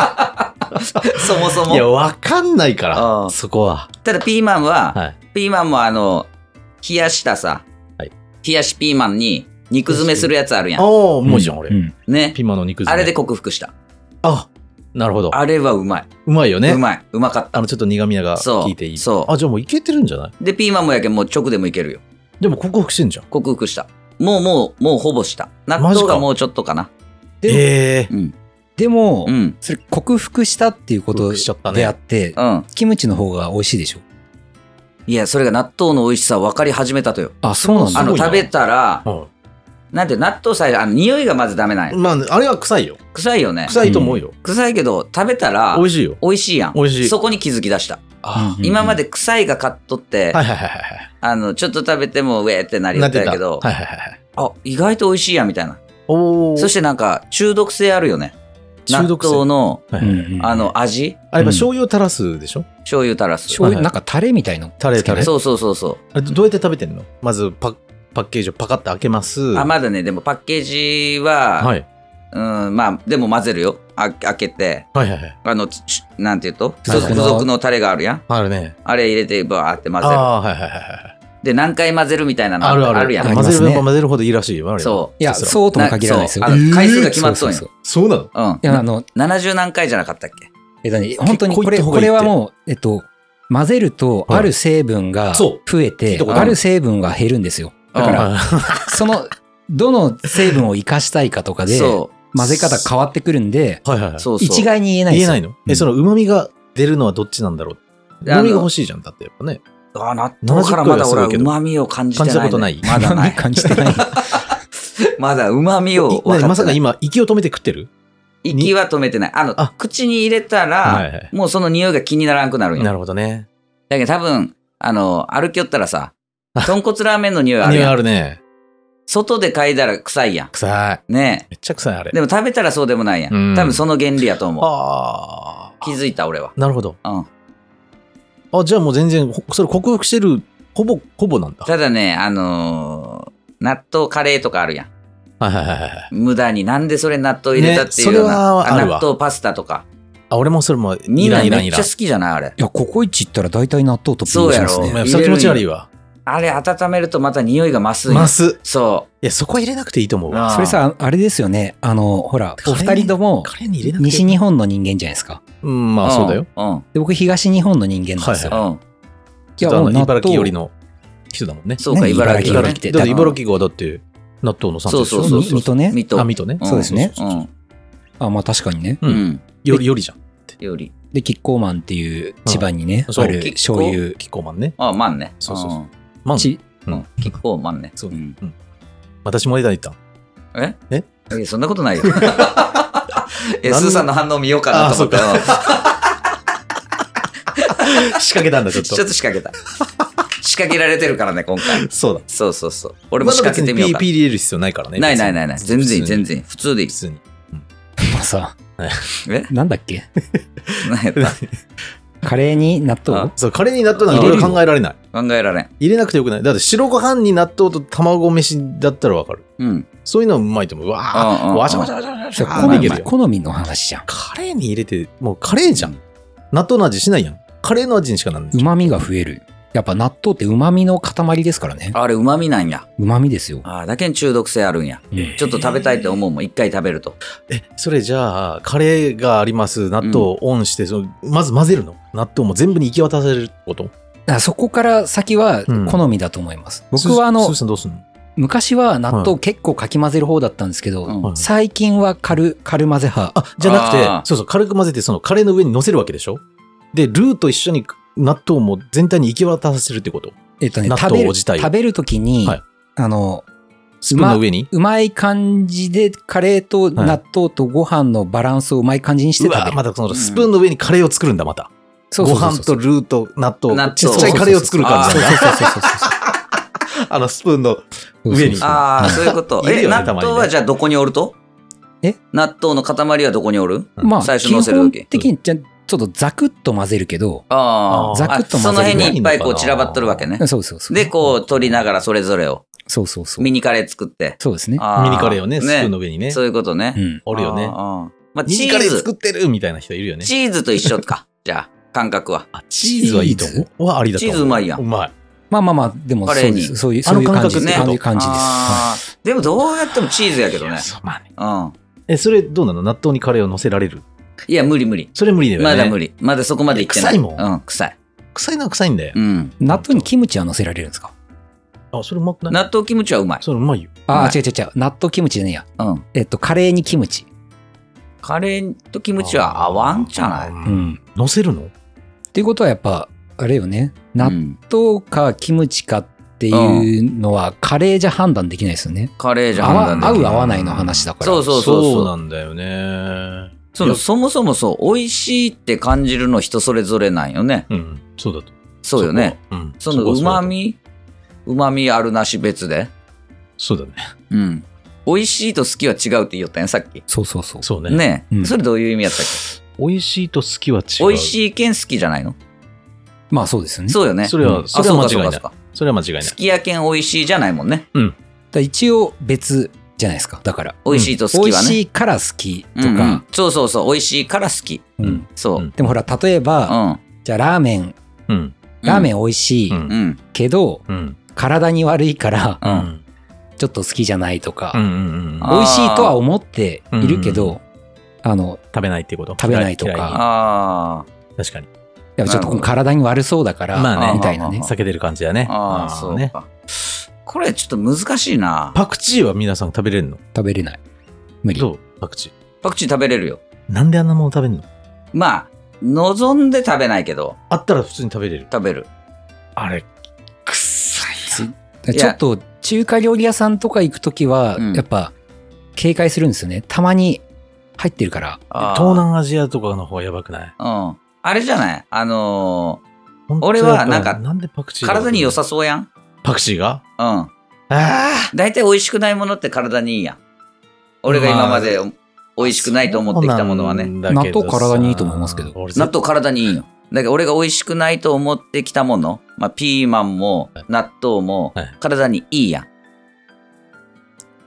Speaker 3: そもそ
Speaker 1: いや、
Speaker 3: も。
Speaker 1: わかんないから、
Speaker 3: うん
Speaker 1: そこは。
Speaker 3: ただピーマンは、
Speaker 1: はい。
Speaker 3: ピーマンもあの、冷やしたさ、
Speaker 1: はい
Speaker 3: 冷やしピーマンに肉詰めするやつあるやん。
Speaker 1: おー、もうじゃん、俺。
Speaker 2: うん。
Speaker 3: ね。
Speaker 1: ピーマンの肉詰
Speaker 3: あ
Speaker 1: め。
Speaker 3: れで克服した。
Speaker 1: あ、なるほど。
Speaker 3: あれはうまい。
Speaker 1: うまいよね。
Speaker 3: うまい。うまかっ
Speaker 1: あの、ちょっと苦味が
Speaker 3: た。そう。
Speaker 1: 効いていい。
Speaker 3: そ。
Speaker 1: あ、じゃあもういけてるんじゃないう
Speaker 3: で、ピーマンもやけん、もう直でもいけるよ。
Speaker 1: でも、克服してんじゃん。
Speaker 3: 克服した。もうもう、もうほぼした。納
Speaker 1: マジ
Speaker 3: 豆
Speaker 1: か
Speaker 3: がもうちょっとかな。
Speaker 2: でも
Speaker 1: ええ
Speaker 3: うん。
Speaker 2: でも、
Speaker 3: うん。
Speaker 2: それ克服したっていうこ
Speaker 1: 克
Speaker 2: と
Speaker 1: 服しちゃったね
Speaker 2: であって、
Speaker 3: うん。
Speaker 2: キムチの方が美味しいでしょ
Speaker 3: いや、それが納豆の美味しさ分かり始めたとよ。
Speaker 2: あ、そうなん
Speaker 1: だ
Speaker 3: あ
Speaker 1: すご
Speaker 3: の、
Speaker 1: いな
Speaker 3: 食べたら、
Speaker 1: うん
Speaker 3: なんて、納豆さえ、あの、匂いがまずダメなんや。
Speaker 1: まあ、あれは臭いよ。
Speaker 3: 臭いよね。
Speaker 1: 臭いと思うよ。
Speaker 3: 臭いけど、食べたら
Speaker 1: 美、味しいよ。
Speaker 3: 美味しいやん。
Speaker 1: 美味しい
Speaker 3: そこに気づき出した。
Speaker 1: あ
Speaker 2: うん
Speaker 3: 今まで臭いが買っとって
Speaker 1: あ。は、いはいはいはいは。
Speaker 3: あの、ちょっと食べても、ウェーってないりよったんやけど、
Speaker 1: はいはいはいはい。
Speaker 3: あ、意外と美味しいや、みたいな。
Speaker 1: おー。
Speaker 3: そしてなんか、中毒性あるよね。
Speaker 1: 中毒性
Speaker 3: 納豆の、
Speaker 1: はいはいはい
Speaker 2: うんうん
Speaker 3: あの、味
Speaker 1: あれば醤油を垂らすでしょ
Speaker 3: 醤油垂らす。
Speaker 2: 醤油、
Speaker 1: はい
Speaker 2: なんかタレみたいの。
Speaker 1: タレタレ
Speaker 3: そうそうそうそう。
Speaker 1: あれどうやって食べてんのまずパパッケージをパカッと開けます。
Speaker 3: あ、まだね、でもパッケージは、
Speaker 1: はい。
Speaker 3: うん、まあ、でも混ぜるよ。あ開けて、
Speaker 1: はいはいはい。
Speaker 3: あの、つしなんていうと、
Speaker 2: 付
Speaker 3: 付
Speaker 2: 属
Speaker 3: 属
Speaker 2: の
Speaker 3: のタレがあるやん。
Speaker 1: あるね。
Speaker 3: あれ入れて、バーって混ぜる。
Speaker 1: ああー、はいはいはいはい。
Speaker 3: で、何回混ぜるみたいなの
Speaker 1: あるある。
Speaker 3: あるや
Speaker 2: あり
Speaker 3: ん。
Speaker 2: ま
Speaker 1: 混
Speaker 2: すね
Speaker 1: ぜれば混ぜるほどいいらしいよ。あれ
Speaker 3: そ
Speaker 2: いや、
Speaker 1: そう
Speaker 2: そうとも限らないですよ。
Speaker 3: なそうあの
Speaker 2: えー
Speaker 3: 回数が決まっとんや
Speaker 2: そうそうそ
Speaker 1: そ
Speaker 2: う
Speaker 1: うなの
Speaker 3: う。うん
Speaker 2: い。や、あの、
Speaker 3: 70何回じゃなかったっけ
Speaker 2: えっとね、本当にこれ、
Speaker 1: 結構い
Speaker 2: こ
Speaker 1: っ
Speaker 2: れ
Speaker 1: とこいって
Speaker 2: はもう、えっと、混ぜると、
Speaker 1: はい
Speaker 2: ある成分が
Speaker 1: そ
Speaker 2: 増
Speaker 1: う
Speaker 2: えて、
Speaker 1: とこ
Speaker 3: だ
Speaker 2: ある成分は減るんですよ。だから、
Speaker 1: ら、
Speaker 2: その、どの成分を活かしたいかとかで、混
Speaker 3: そう。
Speaker 2: ぜ方変わってくるんで、
Speaker 1: はいはいはい。
Speaker 3: そうそう。
Speaker 2: 一概に言えないで
Speaker 1: 言え
Speaker 2: すよ
Speaker 1: ないの
Speaker 2: う
Speaker 1: え、
Speaker 2: ん
Speaker 1: その旨味が出るのはどっちなんだろう
Speaker 3: あの
Speaker 1: 旨味が欲しいじゃん。だってやっぱね。
Speaker 3: あ、納豆からまだ俺は旨味を感じてない、
Speaker 1: 感
Speaker 3: ね。
Speaker 1: じたことない
Speaker 3: まだな
Speaker 2: 何
Speaker 3: い
Speaker 2: も。感じてない。
Speaker 3: まだ旨味を分かっ
Speaker 1: い
Speaker 3: てない。
Speaker 1: まさか今、息を止めて食ってる
Speaker 3: 息は止めてない。あの、
Speaker 1: あ
Speaker 3: 口に入れたら、
Speaker 1: はいはい
Speaker 3: もうその匂いが気にならなくなるんよ。
Speaker 1: なるほどね。
Speaker 3: だけど多分、あの、歩きよったらさ、豚骨ラーメンの匂いある
Speaker 1: 匂い
Speaker 3: や
Speaker 1: あ
Speaker 3: ん。
Speaker 1: るね。
Speaker 3: 外で嗅いだら臭いや
Speaker 1: 臭い。
Speaker 3: ん。ね
Speaker 1: めっちゃ臭い、あれ
Speaker 3: え。。でも食べたらそうでもないやん。
Speaker 1: うん
Speaker 3: 多分その原理やと思う。
Speaker 1: ああ。
Speaker 3: 気づいた俺は。
Speaker 1: なるほど。
Speaker 3: うん。
Speaker 1: あ、じゃあもう全然、ほそれ克服してる、ほぼ、ほぼなんだ。
Speaker 3: ただね、あのー納豆カレーとかあるやん。
Speaker 1: はいはいはいはい。
Speaker 3: 無駄になんでそれ納豆入れたっていうよう
Speaker 1: ねそれは
Speaker 3: な、
Speaker 1: あるわ
Speaker 3: 納豆パスタとか。
Speaker 1: あ、俺もそれも、
Speaker 3: み
Speaker 1: イ
Speaker 3: ん
Speaker 1: ラ
Speaker 3: な
Speaker 1: ンイラン
Speaker 3: め
Speaker 1: イ
Speaker 3: っ
Speaker 1: ラ
Speaker 3: ちゃ
Speaker 1: ン
Speaker 3: 好。きじゃないあれ。
Speaker 2: いや、ココイチ行ったら大体納豆トッピングします
Speaker 3: そうや
Speaker 2: ね。
Speaker 3: ろ
Speaker 1: いやそれ気持ち悪いわ。
Speaker 3: あれ温めるとまた匂いが増すんよ
Speaker 1: マス。
Speaker 3: そ
Speaker 1: いや、そこは入れなくていいと思う
Speaker 3: あ
Speaker 1: わ。
Speaker 3: ー
Speaker 2: それさ、あれですよね。あの、ほら、お二人とも
Speaker 1: カレーに入れなくていい。
Speaker 2: 西日本の人間じゃないですか。
Speaker 1: うん、
Speaker 3: う。
Speaker 1: まあそうだよ。。
Speaker 3: うん。
Speaker 2: で僕、東日本の人間なんですよ。
Speaker 1: は
Speaker 3: うん。
Speaker 1: ちょっとあの
Speaker 2: いやもう納豆
Speaker 1: 茨城寄りの人だもんね。
Speaker 3: そうか、
Speaker 2: ね
Speaker 3: 茨城
Speaker 1: 茨
Speaker 3: ね
Speaker 1: 城って。だって茨城はだって、納豆の産地
Speaker 3: そう
Speaker 1: でし
Speaker 3: そ
Speaker 1: ょ
Speaker 3: うそう。
Speaker 2: 水戸ね
Speaker 3: 水
Speaker 1: あ、
Speaker 3: 戸。
Speaker 1: 水戸ね。
Speaker 2: そうですね
Speaker 3: う。
Speaker 1: そうん
Speaker 2: あ、まあ確かにね。
Speaker 1: う。
Speaker 3: うんん。
Speaker 1: より、よりじゃん。
Speaker 3: より。
Speaker 2: で、キッコーマンっていう千葉にね、
Speaker 1: うんそう
Speaker 2: ある
Speaker 3: キッコー
Speaker 2: 醤油。
Speaker 1: キッコーマンね。
Speaker 3: あ、まんね。。
Speaker 1: そうそうそうんマン。
Speaker 2: ち
Speaker 1: うん
Speaker 3: 結構まんね。
Speaker 1: そうん私も枝に行った。
Speaker 3: え
Speaker 1: え
Speaker 3: いやそんなことないよ。え、
Speaker 1: なん
Speaker 3: スーさんの反応見ようかなと思ったら、
Speaker 1: 仕掛けたんだ、ち
Speaker 3: ちょ
Speaker 1: ょっ
Speaker 3: っと
Speaker 1: と。
Speaker 3: 仕掛けた。仕掛けられてるからね、今回。
Speaker 1: そうだ。
Speaker 3: そうそうそう。俺も仕掛けてみよう
Speaker 1: ま
Speaker 3: か
Speaker 1: あ別にピーピー入れる必要ないからね。
Speaker 3: な。ないないないない。全然いい、全
Speaker 1: 然。
Speaker 3: 然いい。普通でいい
Speaker 1: 普。通に。
Speaker 2: まあさ、
Speaker 3: え
Speaker 2: なんだっけ
Speaker 3: 何やった
Speaker 2: カレーに納
Speaker 3: あ
Speaker 2: 豆
Speaker 1: そう、カレーに納豆なんか俺考えられない。
Speaker 3: 考えられん。
Speaker 1: 入れなくてよくない。だって白ご飯に納豆と卵飯だったらわかる。
Speaker 3: うん。
Speaker 1: そういうのはうまいと思う。うわ
Speaker 3: うんうんう
Speaker 1: あ、
Speaker 3: ん
Speaker 1: わしゃわしゃわしゃわし
Speaker 2: そ
Speaker 1: ゃ
Speaker 2: れ
Speaker 1: わしゃ。
Speaker 2: 好
Speaker 1: まあいけ
Speaker 2: み
Speaker 1: るよ
Speaker 2: 好みの話じゃん。
Speaker 1: カレーに入れて、もうカレーじゃん。納豆の味しないやん。カレーの味にしかなんない。
Speaker 2: うまみが増える。やっぱ納豆ってうまみの塊ですからね。
Speaker 3: あれ、旨味なんや。
Speaker 2: うまみですよ。
Speaker 3: ああ、だけに中毒性あるんや。
Speaker 2: うん
Speaker 3: ちょっと食べたいって思うもん。一回食べると。
Speaker 1: え、それじゃあ、カレーがあります。納豆をオンして、そのまず混ぜるの納豆も全部に行き渡せるってこと
Speaker 2: だからそこから先は
Speaker 1: うん
Speaker 2: 好みだと思います。僕はあの
Speaker 1: スー、さんどうすんの
Speaker 2: 昔は納豆結構かき混ぜる方だったんですけど、
Speaker 3: うん
Speaker 1: はい
Speaker 2: 最近は軽、軽混ぜ派。
Speaker 1: あ、じゃなくて
Speaker 3: あ、ー
Speaker 1: そうそう、軽く混ぜて、そのカレーの上に乗せるわけでしょで、ルーと一緒に納豆も全体に行き渡させるってこと
Speaker 2: えっとね、
Speaker 1: 納
Speaker 2: 食べ
Speaker 1: 豆
Speaker 2: る、
Speaker 1: 自体を
Speaker 2: 食べるときに、
Speaker 1: はい
Speaker 2: あの、
Speaker 1: スプーンの上に
Speaker 2: うまい感じでカレーと納豆とご飯のバランスをうまい感じにして
Speaker 1: う
Speaker 2: 食べ
Speaker 1: わ
Speaker 2: る。
Speaker 1: またそのスプーンの上にカレーを作るんだ、また。
Speaker 2: そうそう
Speaker 1: ご
Speaker 2: そう
Speaker 1: 飯
Speaker 2: そ
Speaker 1: と
Speaker 2: う
Speaker 1: ルーと納豆
Speaker 3: 納豆
Speaker 1: ちっちゃいカレーを作る感じなんだ。
Speaker 2: そうそうそうそうそう
Speaker 1: あの、スプーンの。
Speaker 2: そうそう
Speaker 1: 上に
Speaker 2: そう
Speaker 3: ああ、そういうこと。
Speaker 1: いるよ
Speaker 3: え、
Speaker 1: ね
Speaker 3: 納
Speaker 1: たまにね
Speaker 3: 豆はじゃあどこにおると
Speaker 2: え
Speaker 3: 納豆の塊はどこにおる
Speaker 2: まあ、
Speaker 3: 最初乗せる時
Speaker 2: 基本的にじゃちょっとザクッと混ぜるけど、
Speaker 3: あ
Speaker 1: あー
Speaker 3: あ、
Speaker 2: ざくっと混ぜる
Speaker 3: その辺にいっぱいこ
Speaker 1: いいのか
Speaker 3: う
Speaker 1: な
Speaker 3: 散らばっとるわけね。
Speaker 2: そうそうそう。
Speaker 3: で、こう取りながらそれぞれを
Speaker 2: そうそうそう
Speaker 3: ミ。ニカレー作って。
Speaker 2: そうですね。
Speaker 3: あ
Speaker 1: ミニカレーをね、スプーンの上にね。
Speaker 3: そういうこと
Speaker 2: う
Speaker 3: ね。
Speaker 2: ん。
Speaker 1: あるよね
Speaker 3: あ。ー。あーまあ、
Speaker 1: ミ
Speaker 3: チ
Speaker 1: ニカ
Speaker 3: ー
Speaker 1: レー
Speaker 3: ズ
Speaker 1: 作、ってるみたいな人いるよね。
Speaker 3: チーズと一緒か。 じゃあ、感覚は。
Speaker 1: あチーズはいいと思う。はありだと思う。
Speaker 3: チーズうまいやん
Speaker 1: うまい。
Speaker 2: まあまあまあ、でも
Speaker 3: カ
Speaker 2: そう
Speaker 3: レー
Speaker 2: で
Speaker 3: に
Speaker 2: す。そういう、
Speaker 1: あ
Speaker 2: そ
Speaker 1: の
Speaker 2: ういう感じ
Speaker 1: 感
Speaker 3: 覚
Speaker 2: です。
Speaker 3: ね
Speaker 2: そういう感じです。は
Speaker 3: あーでもどうやってもチーズやけど
Speaker 1: い
Speaker 3: ね
Speaker 1: や。そうまあね
Speaker 3: うん。
Speaker 1: え、それどうなの納豆にカレーを乗せられる
Speaker 3: いや、無理無理。
Speaker 1: それ無理だよね。
Speaker 3: まだ無
Speaker 1: 理。
Speaker 3: 理。まだそこまでいってな
Speaker 1: い
Speaker 3: い。
Speaker 1: や臭いも
Speaker 3: うん、臭い。
Speaker 1: 臭いのは臭いんだよ
Speaker 3: う。ん。
Speaker 2: い納豆にキムチは乗せられるんですか
Speaker 1: あ、それうまくない
Speaker 3: 納豆キムチはうまい。
Speaker 1: それうまいよ。。
Speaker 2: あ
Speaker 3: は
Speaker 2: あ、
Speaker 3: い
Speaker 2: 違う違う違う。納豆キムチじゃねえや。
Speaker 3: うん。
Speaker 2: えっと、カレーにキムチ。
Speaker 3: カレーとキムチは合わんじゃない
Speaker 2: うんん。
Speaker 1: 乗せるの
Speaker 2: っていうことはやっぱ、あれよね。納
Speaker 3: うん
Speaker 2: 豆かキムチかっていうのは、カレーじゃ判断できないですよね。
Speaker 3: カレーじゃ
Speaker 2: 合
Speaker 3: 判断で
Speaker 2: わ
Speaker 3: き
Speaker 2: 合
Speaker 3: な
Speaker 2: う
Speaker 3: い
Speaker 2: 合わないの話だから。
Speaker 3: そうそうそうそう
Speaker 1: なんだよね。
Speaker 3: そのそもそもそう、美味しいって感じるの人それぞれなんよね。
Speaker 1: うん。そうだと。
Speaker 3: そうよね。
Speaker 1: こは。うん。
Speaker 3: その
Speaker 1: こは
Speaker 3: う
Speaker 1: うだ
Speaker 3: ま
Speaker 1: と。
Speaker 3: み、うまみあるなし別で。
Speaker 1: そうだね。
Speaker 3: うん。美味しいと好きは違うって言ったやん、さっき。
Speaker 2: そうそうそう。
Speaker 1: そうね。
Speaker 3: ねえ、
Speaker 2: うん
Speaker 3: それどういう意味やったっ
Speaker 1: 美味しいと好きは違
Speaker 3: け
Speaker 1: う。
Speaker 3: 美味しい兼好きじゃないの
Speaker 2: まあそうですよね。
Speaker 3: そうよね。
Speaker 1: それは、
Speaker 2: うん
Speaker 1: それは
Speaker 3: あ
Speaker 1: 間違い
Speaker 3: そ
Speaker 1: ない
Speaker 3: うかそう。か
Speaker 1: それは間違いな
Speaker 3: そ
Speaker 1: い。
Speaker 3: うか好きや兼美味しいじゃないもんね。
Speaker 2: だから一応別じゃないですか。だから。
Speaker 3: 美味しいと好
Speaker 2: 美
Speaker 3: き
Speaker 2: 味
Speaker 3: は
Speaker 2: し
Speaker 3: ね。
Speaker 2: いから好きと
Speaker 3: うんうん
Speaker 2: か。
Speaker 3: そうそうそう、美味しいから好き。
Speaker 2: うん
Speaker 1: うん
Speaker 3: そう。
Speaker 1: う
Speaker 3: うんん。
Speaker 2: でもほら、例えば、じゃあラーメン、
Speaker 1: うん。
Speaker 2: ラーメン美味しい
Speaker 1: うん。
Speaker 3: うん。
Speaker 2: けど、
Speaker 1: うん。
Speaker 2: 体に悪いから、
Speaker 3: う。
Speaker 1: うんん。
Speaker 2: ちょっと好きじゃないと
Speaker 1: う
Speaker 2: か、
Speaker 1: んうんうん。
Speaker 3: あ
Speaker 2: 美味しいとは思っているけど、あの、
Speaker 1: 食べないってこと
Speaker 2: 食べないとか
Speaker 1: 嫌嫌い
Speaker 3: あ
Speaker 1: 確かに。
Speaker 2: やっぱちょっとこの体に悪そうだから、
Speaker 1: まあね
Speaker 2: みたいなね。
Speaker 1: 避けてる感じだね
Speaker 3: あ。。ああ、
Speaker 1: ー
Speaker 3: そう。か。これちょっと難しいな。
Speaker 1: パクチーは皆さん食べれるの
Speaker 2: 食べれない。無理。
Speaker 1: どうパクチ
Speaker 3: パクチー食べれるよ。
Speaker 1: ー。なんであんなもの食べるの
Speaker 3: まあ、望んで食べないけど、
Speaker 1: あったら普通に食べれる。
Speaker 3: 食べる。
Speaker 1: あれ、くっさい
Speaker 2: つちょっと中華料理屋さんとか行くときは
Speaker 3: うん、
Speaker 2: やっぱ警戒するんですよね。たまに入ってるから。
Speaker 3: あー
Speaker 1: 東南アジアとかの方がやばくない
Speaker 3: うん。あれじゃないあの
Speaker 1: 本当だ
Speaker 3: 俺はなんか
Speaker 1: なんでパクチ
Speaker 3: ー
Speaker 1: ー
Speaker 3: 体に良
Speaker 1: さ
Speaker 3: さそうやん。
Speaker 1: パクチーが
Speaker 3: うん。
Speaker 1: あ
Speaker 3: 大体美味しくないものって体にいいやん。俺が今まで美味しくないと思ってきたものはね。
Speaker 1: 納
Speaker 2: 納豆体にいいと思いますけど
Speaker 3: 納豆体にいいよ。だけど俺が美味しくないと思ってきたもの、まあ、ピーマンも
Speaker 1: はい
Speaker 3: 納豆も
Speaker 1: はい
Speaker 3: 体にいいやん。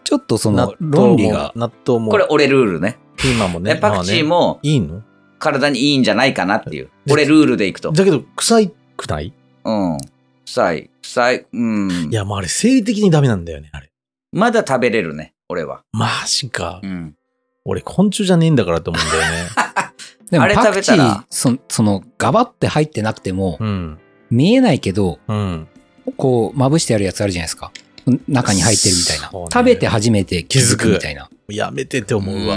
Speaker 2: ちょっとその
Speaker 1: 納豆
Speaker 2: 論理
Speaker 1: も
Speaker 2: が、
Speaker 1: 納豆も
Speaker 3: これ俺ルールね。
Speaker 1: ピーマンもね
Speaker 3: でパクチー
Speaker 1: まあね
Speaker 3: も
Speaker 1: いいの
Speaker 3: 体にいいんじゃないかなっていう。俺ルールでいくと。
Speaker 1: だけど、臭いくない
Speaker 3: うん。臭い、臭い、うん
Speaker 1: い。や、もうあれ、生理的にダメなんだよね、あれ。
Speaker 3: まだ食べれるね、俺は。
Speaker 1: マジか。
Speaker 3: うん。
Speaker 1: 俺、昆虫じゃねえんだからって思うんだよ ね。
Speaker 2: でも
Speaker 3: あれ
Speaker 2: パ
Speaker 3: 食
Speaker 2: ク
Speaker 3: べ
Speaker 2: チ
Speaker 3: たら
Speaker 2: ーそ、その、ガバって入ってなくても、
Speaker 1: うん。
Speaker 2: 見えないけど、
Speaker 1: うん。
Speaker 2: こう、まぶしてあるやつあるじゃないですか。中に入ってるみたいな。
Speaker 1: そうね
Speaker 2: 食べて初めて気づくみたいな。
Speaker 1: やめてって思うわ。
Speaker 3: わ。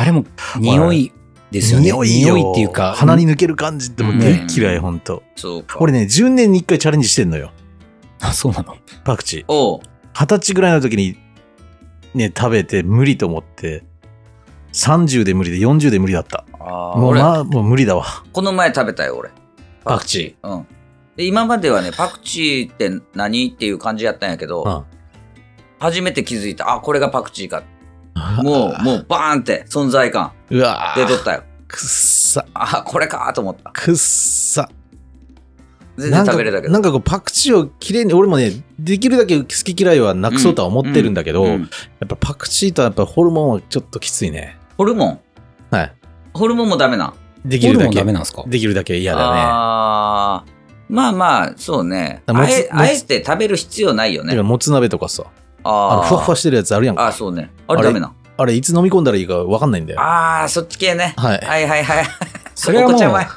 Speaker 2: あれも匂いですよね。
Speaker 1: 匂いよ
Speaker 2: 匂いっていうか、
Speaker 1: 鼻に抜ける感じってもう大っ嫌い、
Speaker 3: うん
Speaker 1: ほんと。
Speaker 3: そうか。
Speaker 1: 俺ね、10年に1回チャレンジしてんのよ。
Speaker 2: あ、そうなの。
Speaker 1: パクチー。
Speaker 3: おう。
Speaker 1: 二十歳ぐらいの時に、ね、食べて無理と思って、30で無理で40で無理だった。
Speaker 3: あー
Speaker 1: もう、
Speaker 3: 俺、
Speaker 1: まあ、もう無理だわ。
Speaker 3: この前食べたよ、俺。
Speaker 1: パクチ
Speaker 3: ー。うん。で今まではね、パクチーって何っていう感じやったんやけど、
Speaker 1: うん。
Speaker 3: 初めて気づいた。あ、これがパクチーか。もう、もうバーンって存在感
Speaker 1: うわ
Speaker 3: 出
Speaker 1: ぁ。
Speaker 3: とったよ。
Speaker 1: くっさ、
Speaker 3: あ、これかと思った。
Speaker 1: くっさ。
Speaker 3: 全然食べれたけど。
Speaker 1: なんかなんかこうパクチーをきれいに俺もねできるだけ好き嫌いはなくそうとは思ってるんだけど、
Speaker 3: う
Speaker 1: や
Speaker 3: ん
Speaker 1: っぱパクチーとはやっぱホルモンはちょっときついね
Speaker 3: ホルモン
Speaker 1: はい
Speaker 3: ホルモンもダメな。
Speaker 1: でき
Speaker 2: ホ
Speaker 1: る
Speaker 2: ル
Speaker 1: だ
Speaker 2: モン
Speaker 1: け
Speaker 2: ダメなんですか
Speaker 1: できるだけ嫌だね
Speaker 3: あーまあまあ、そうね。
Speaker 1: だから
Speaker 3: あ
Speaker 1: もつ
Speaker 3: え
Speaker 1: もつ
Speaker 3: あえて食べる必要ないよ
Speaker 1: だか
Speaker 3: ね
Speaker 1: ら。もつ鍋とかさあ
Speaker 3: あ
Speaker 1: の
Speaker 3: ー
Speaker 1: ふわふわしてるやつあるやんか
Speaker 3: あ、そうね。あれ
Speaker 1: あれ
Speaker 3: ダメな。
Speaker 1: あれいつ飲み込んだらいいか分かんないんだよ
Speaker 3: ああ、そっち系ね。
Speaker 1: はい
Speaker 3: はいはいはい。
Speaker 2: それはもう
Speaker 3: お子ちゃまや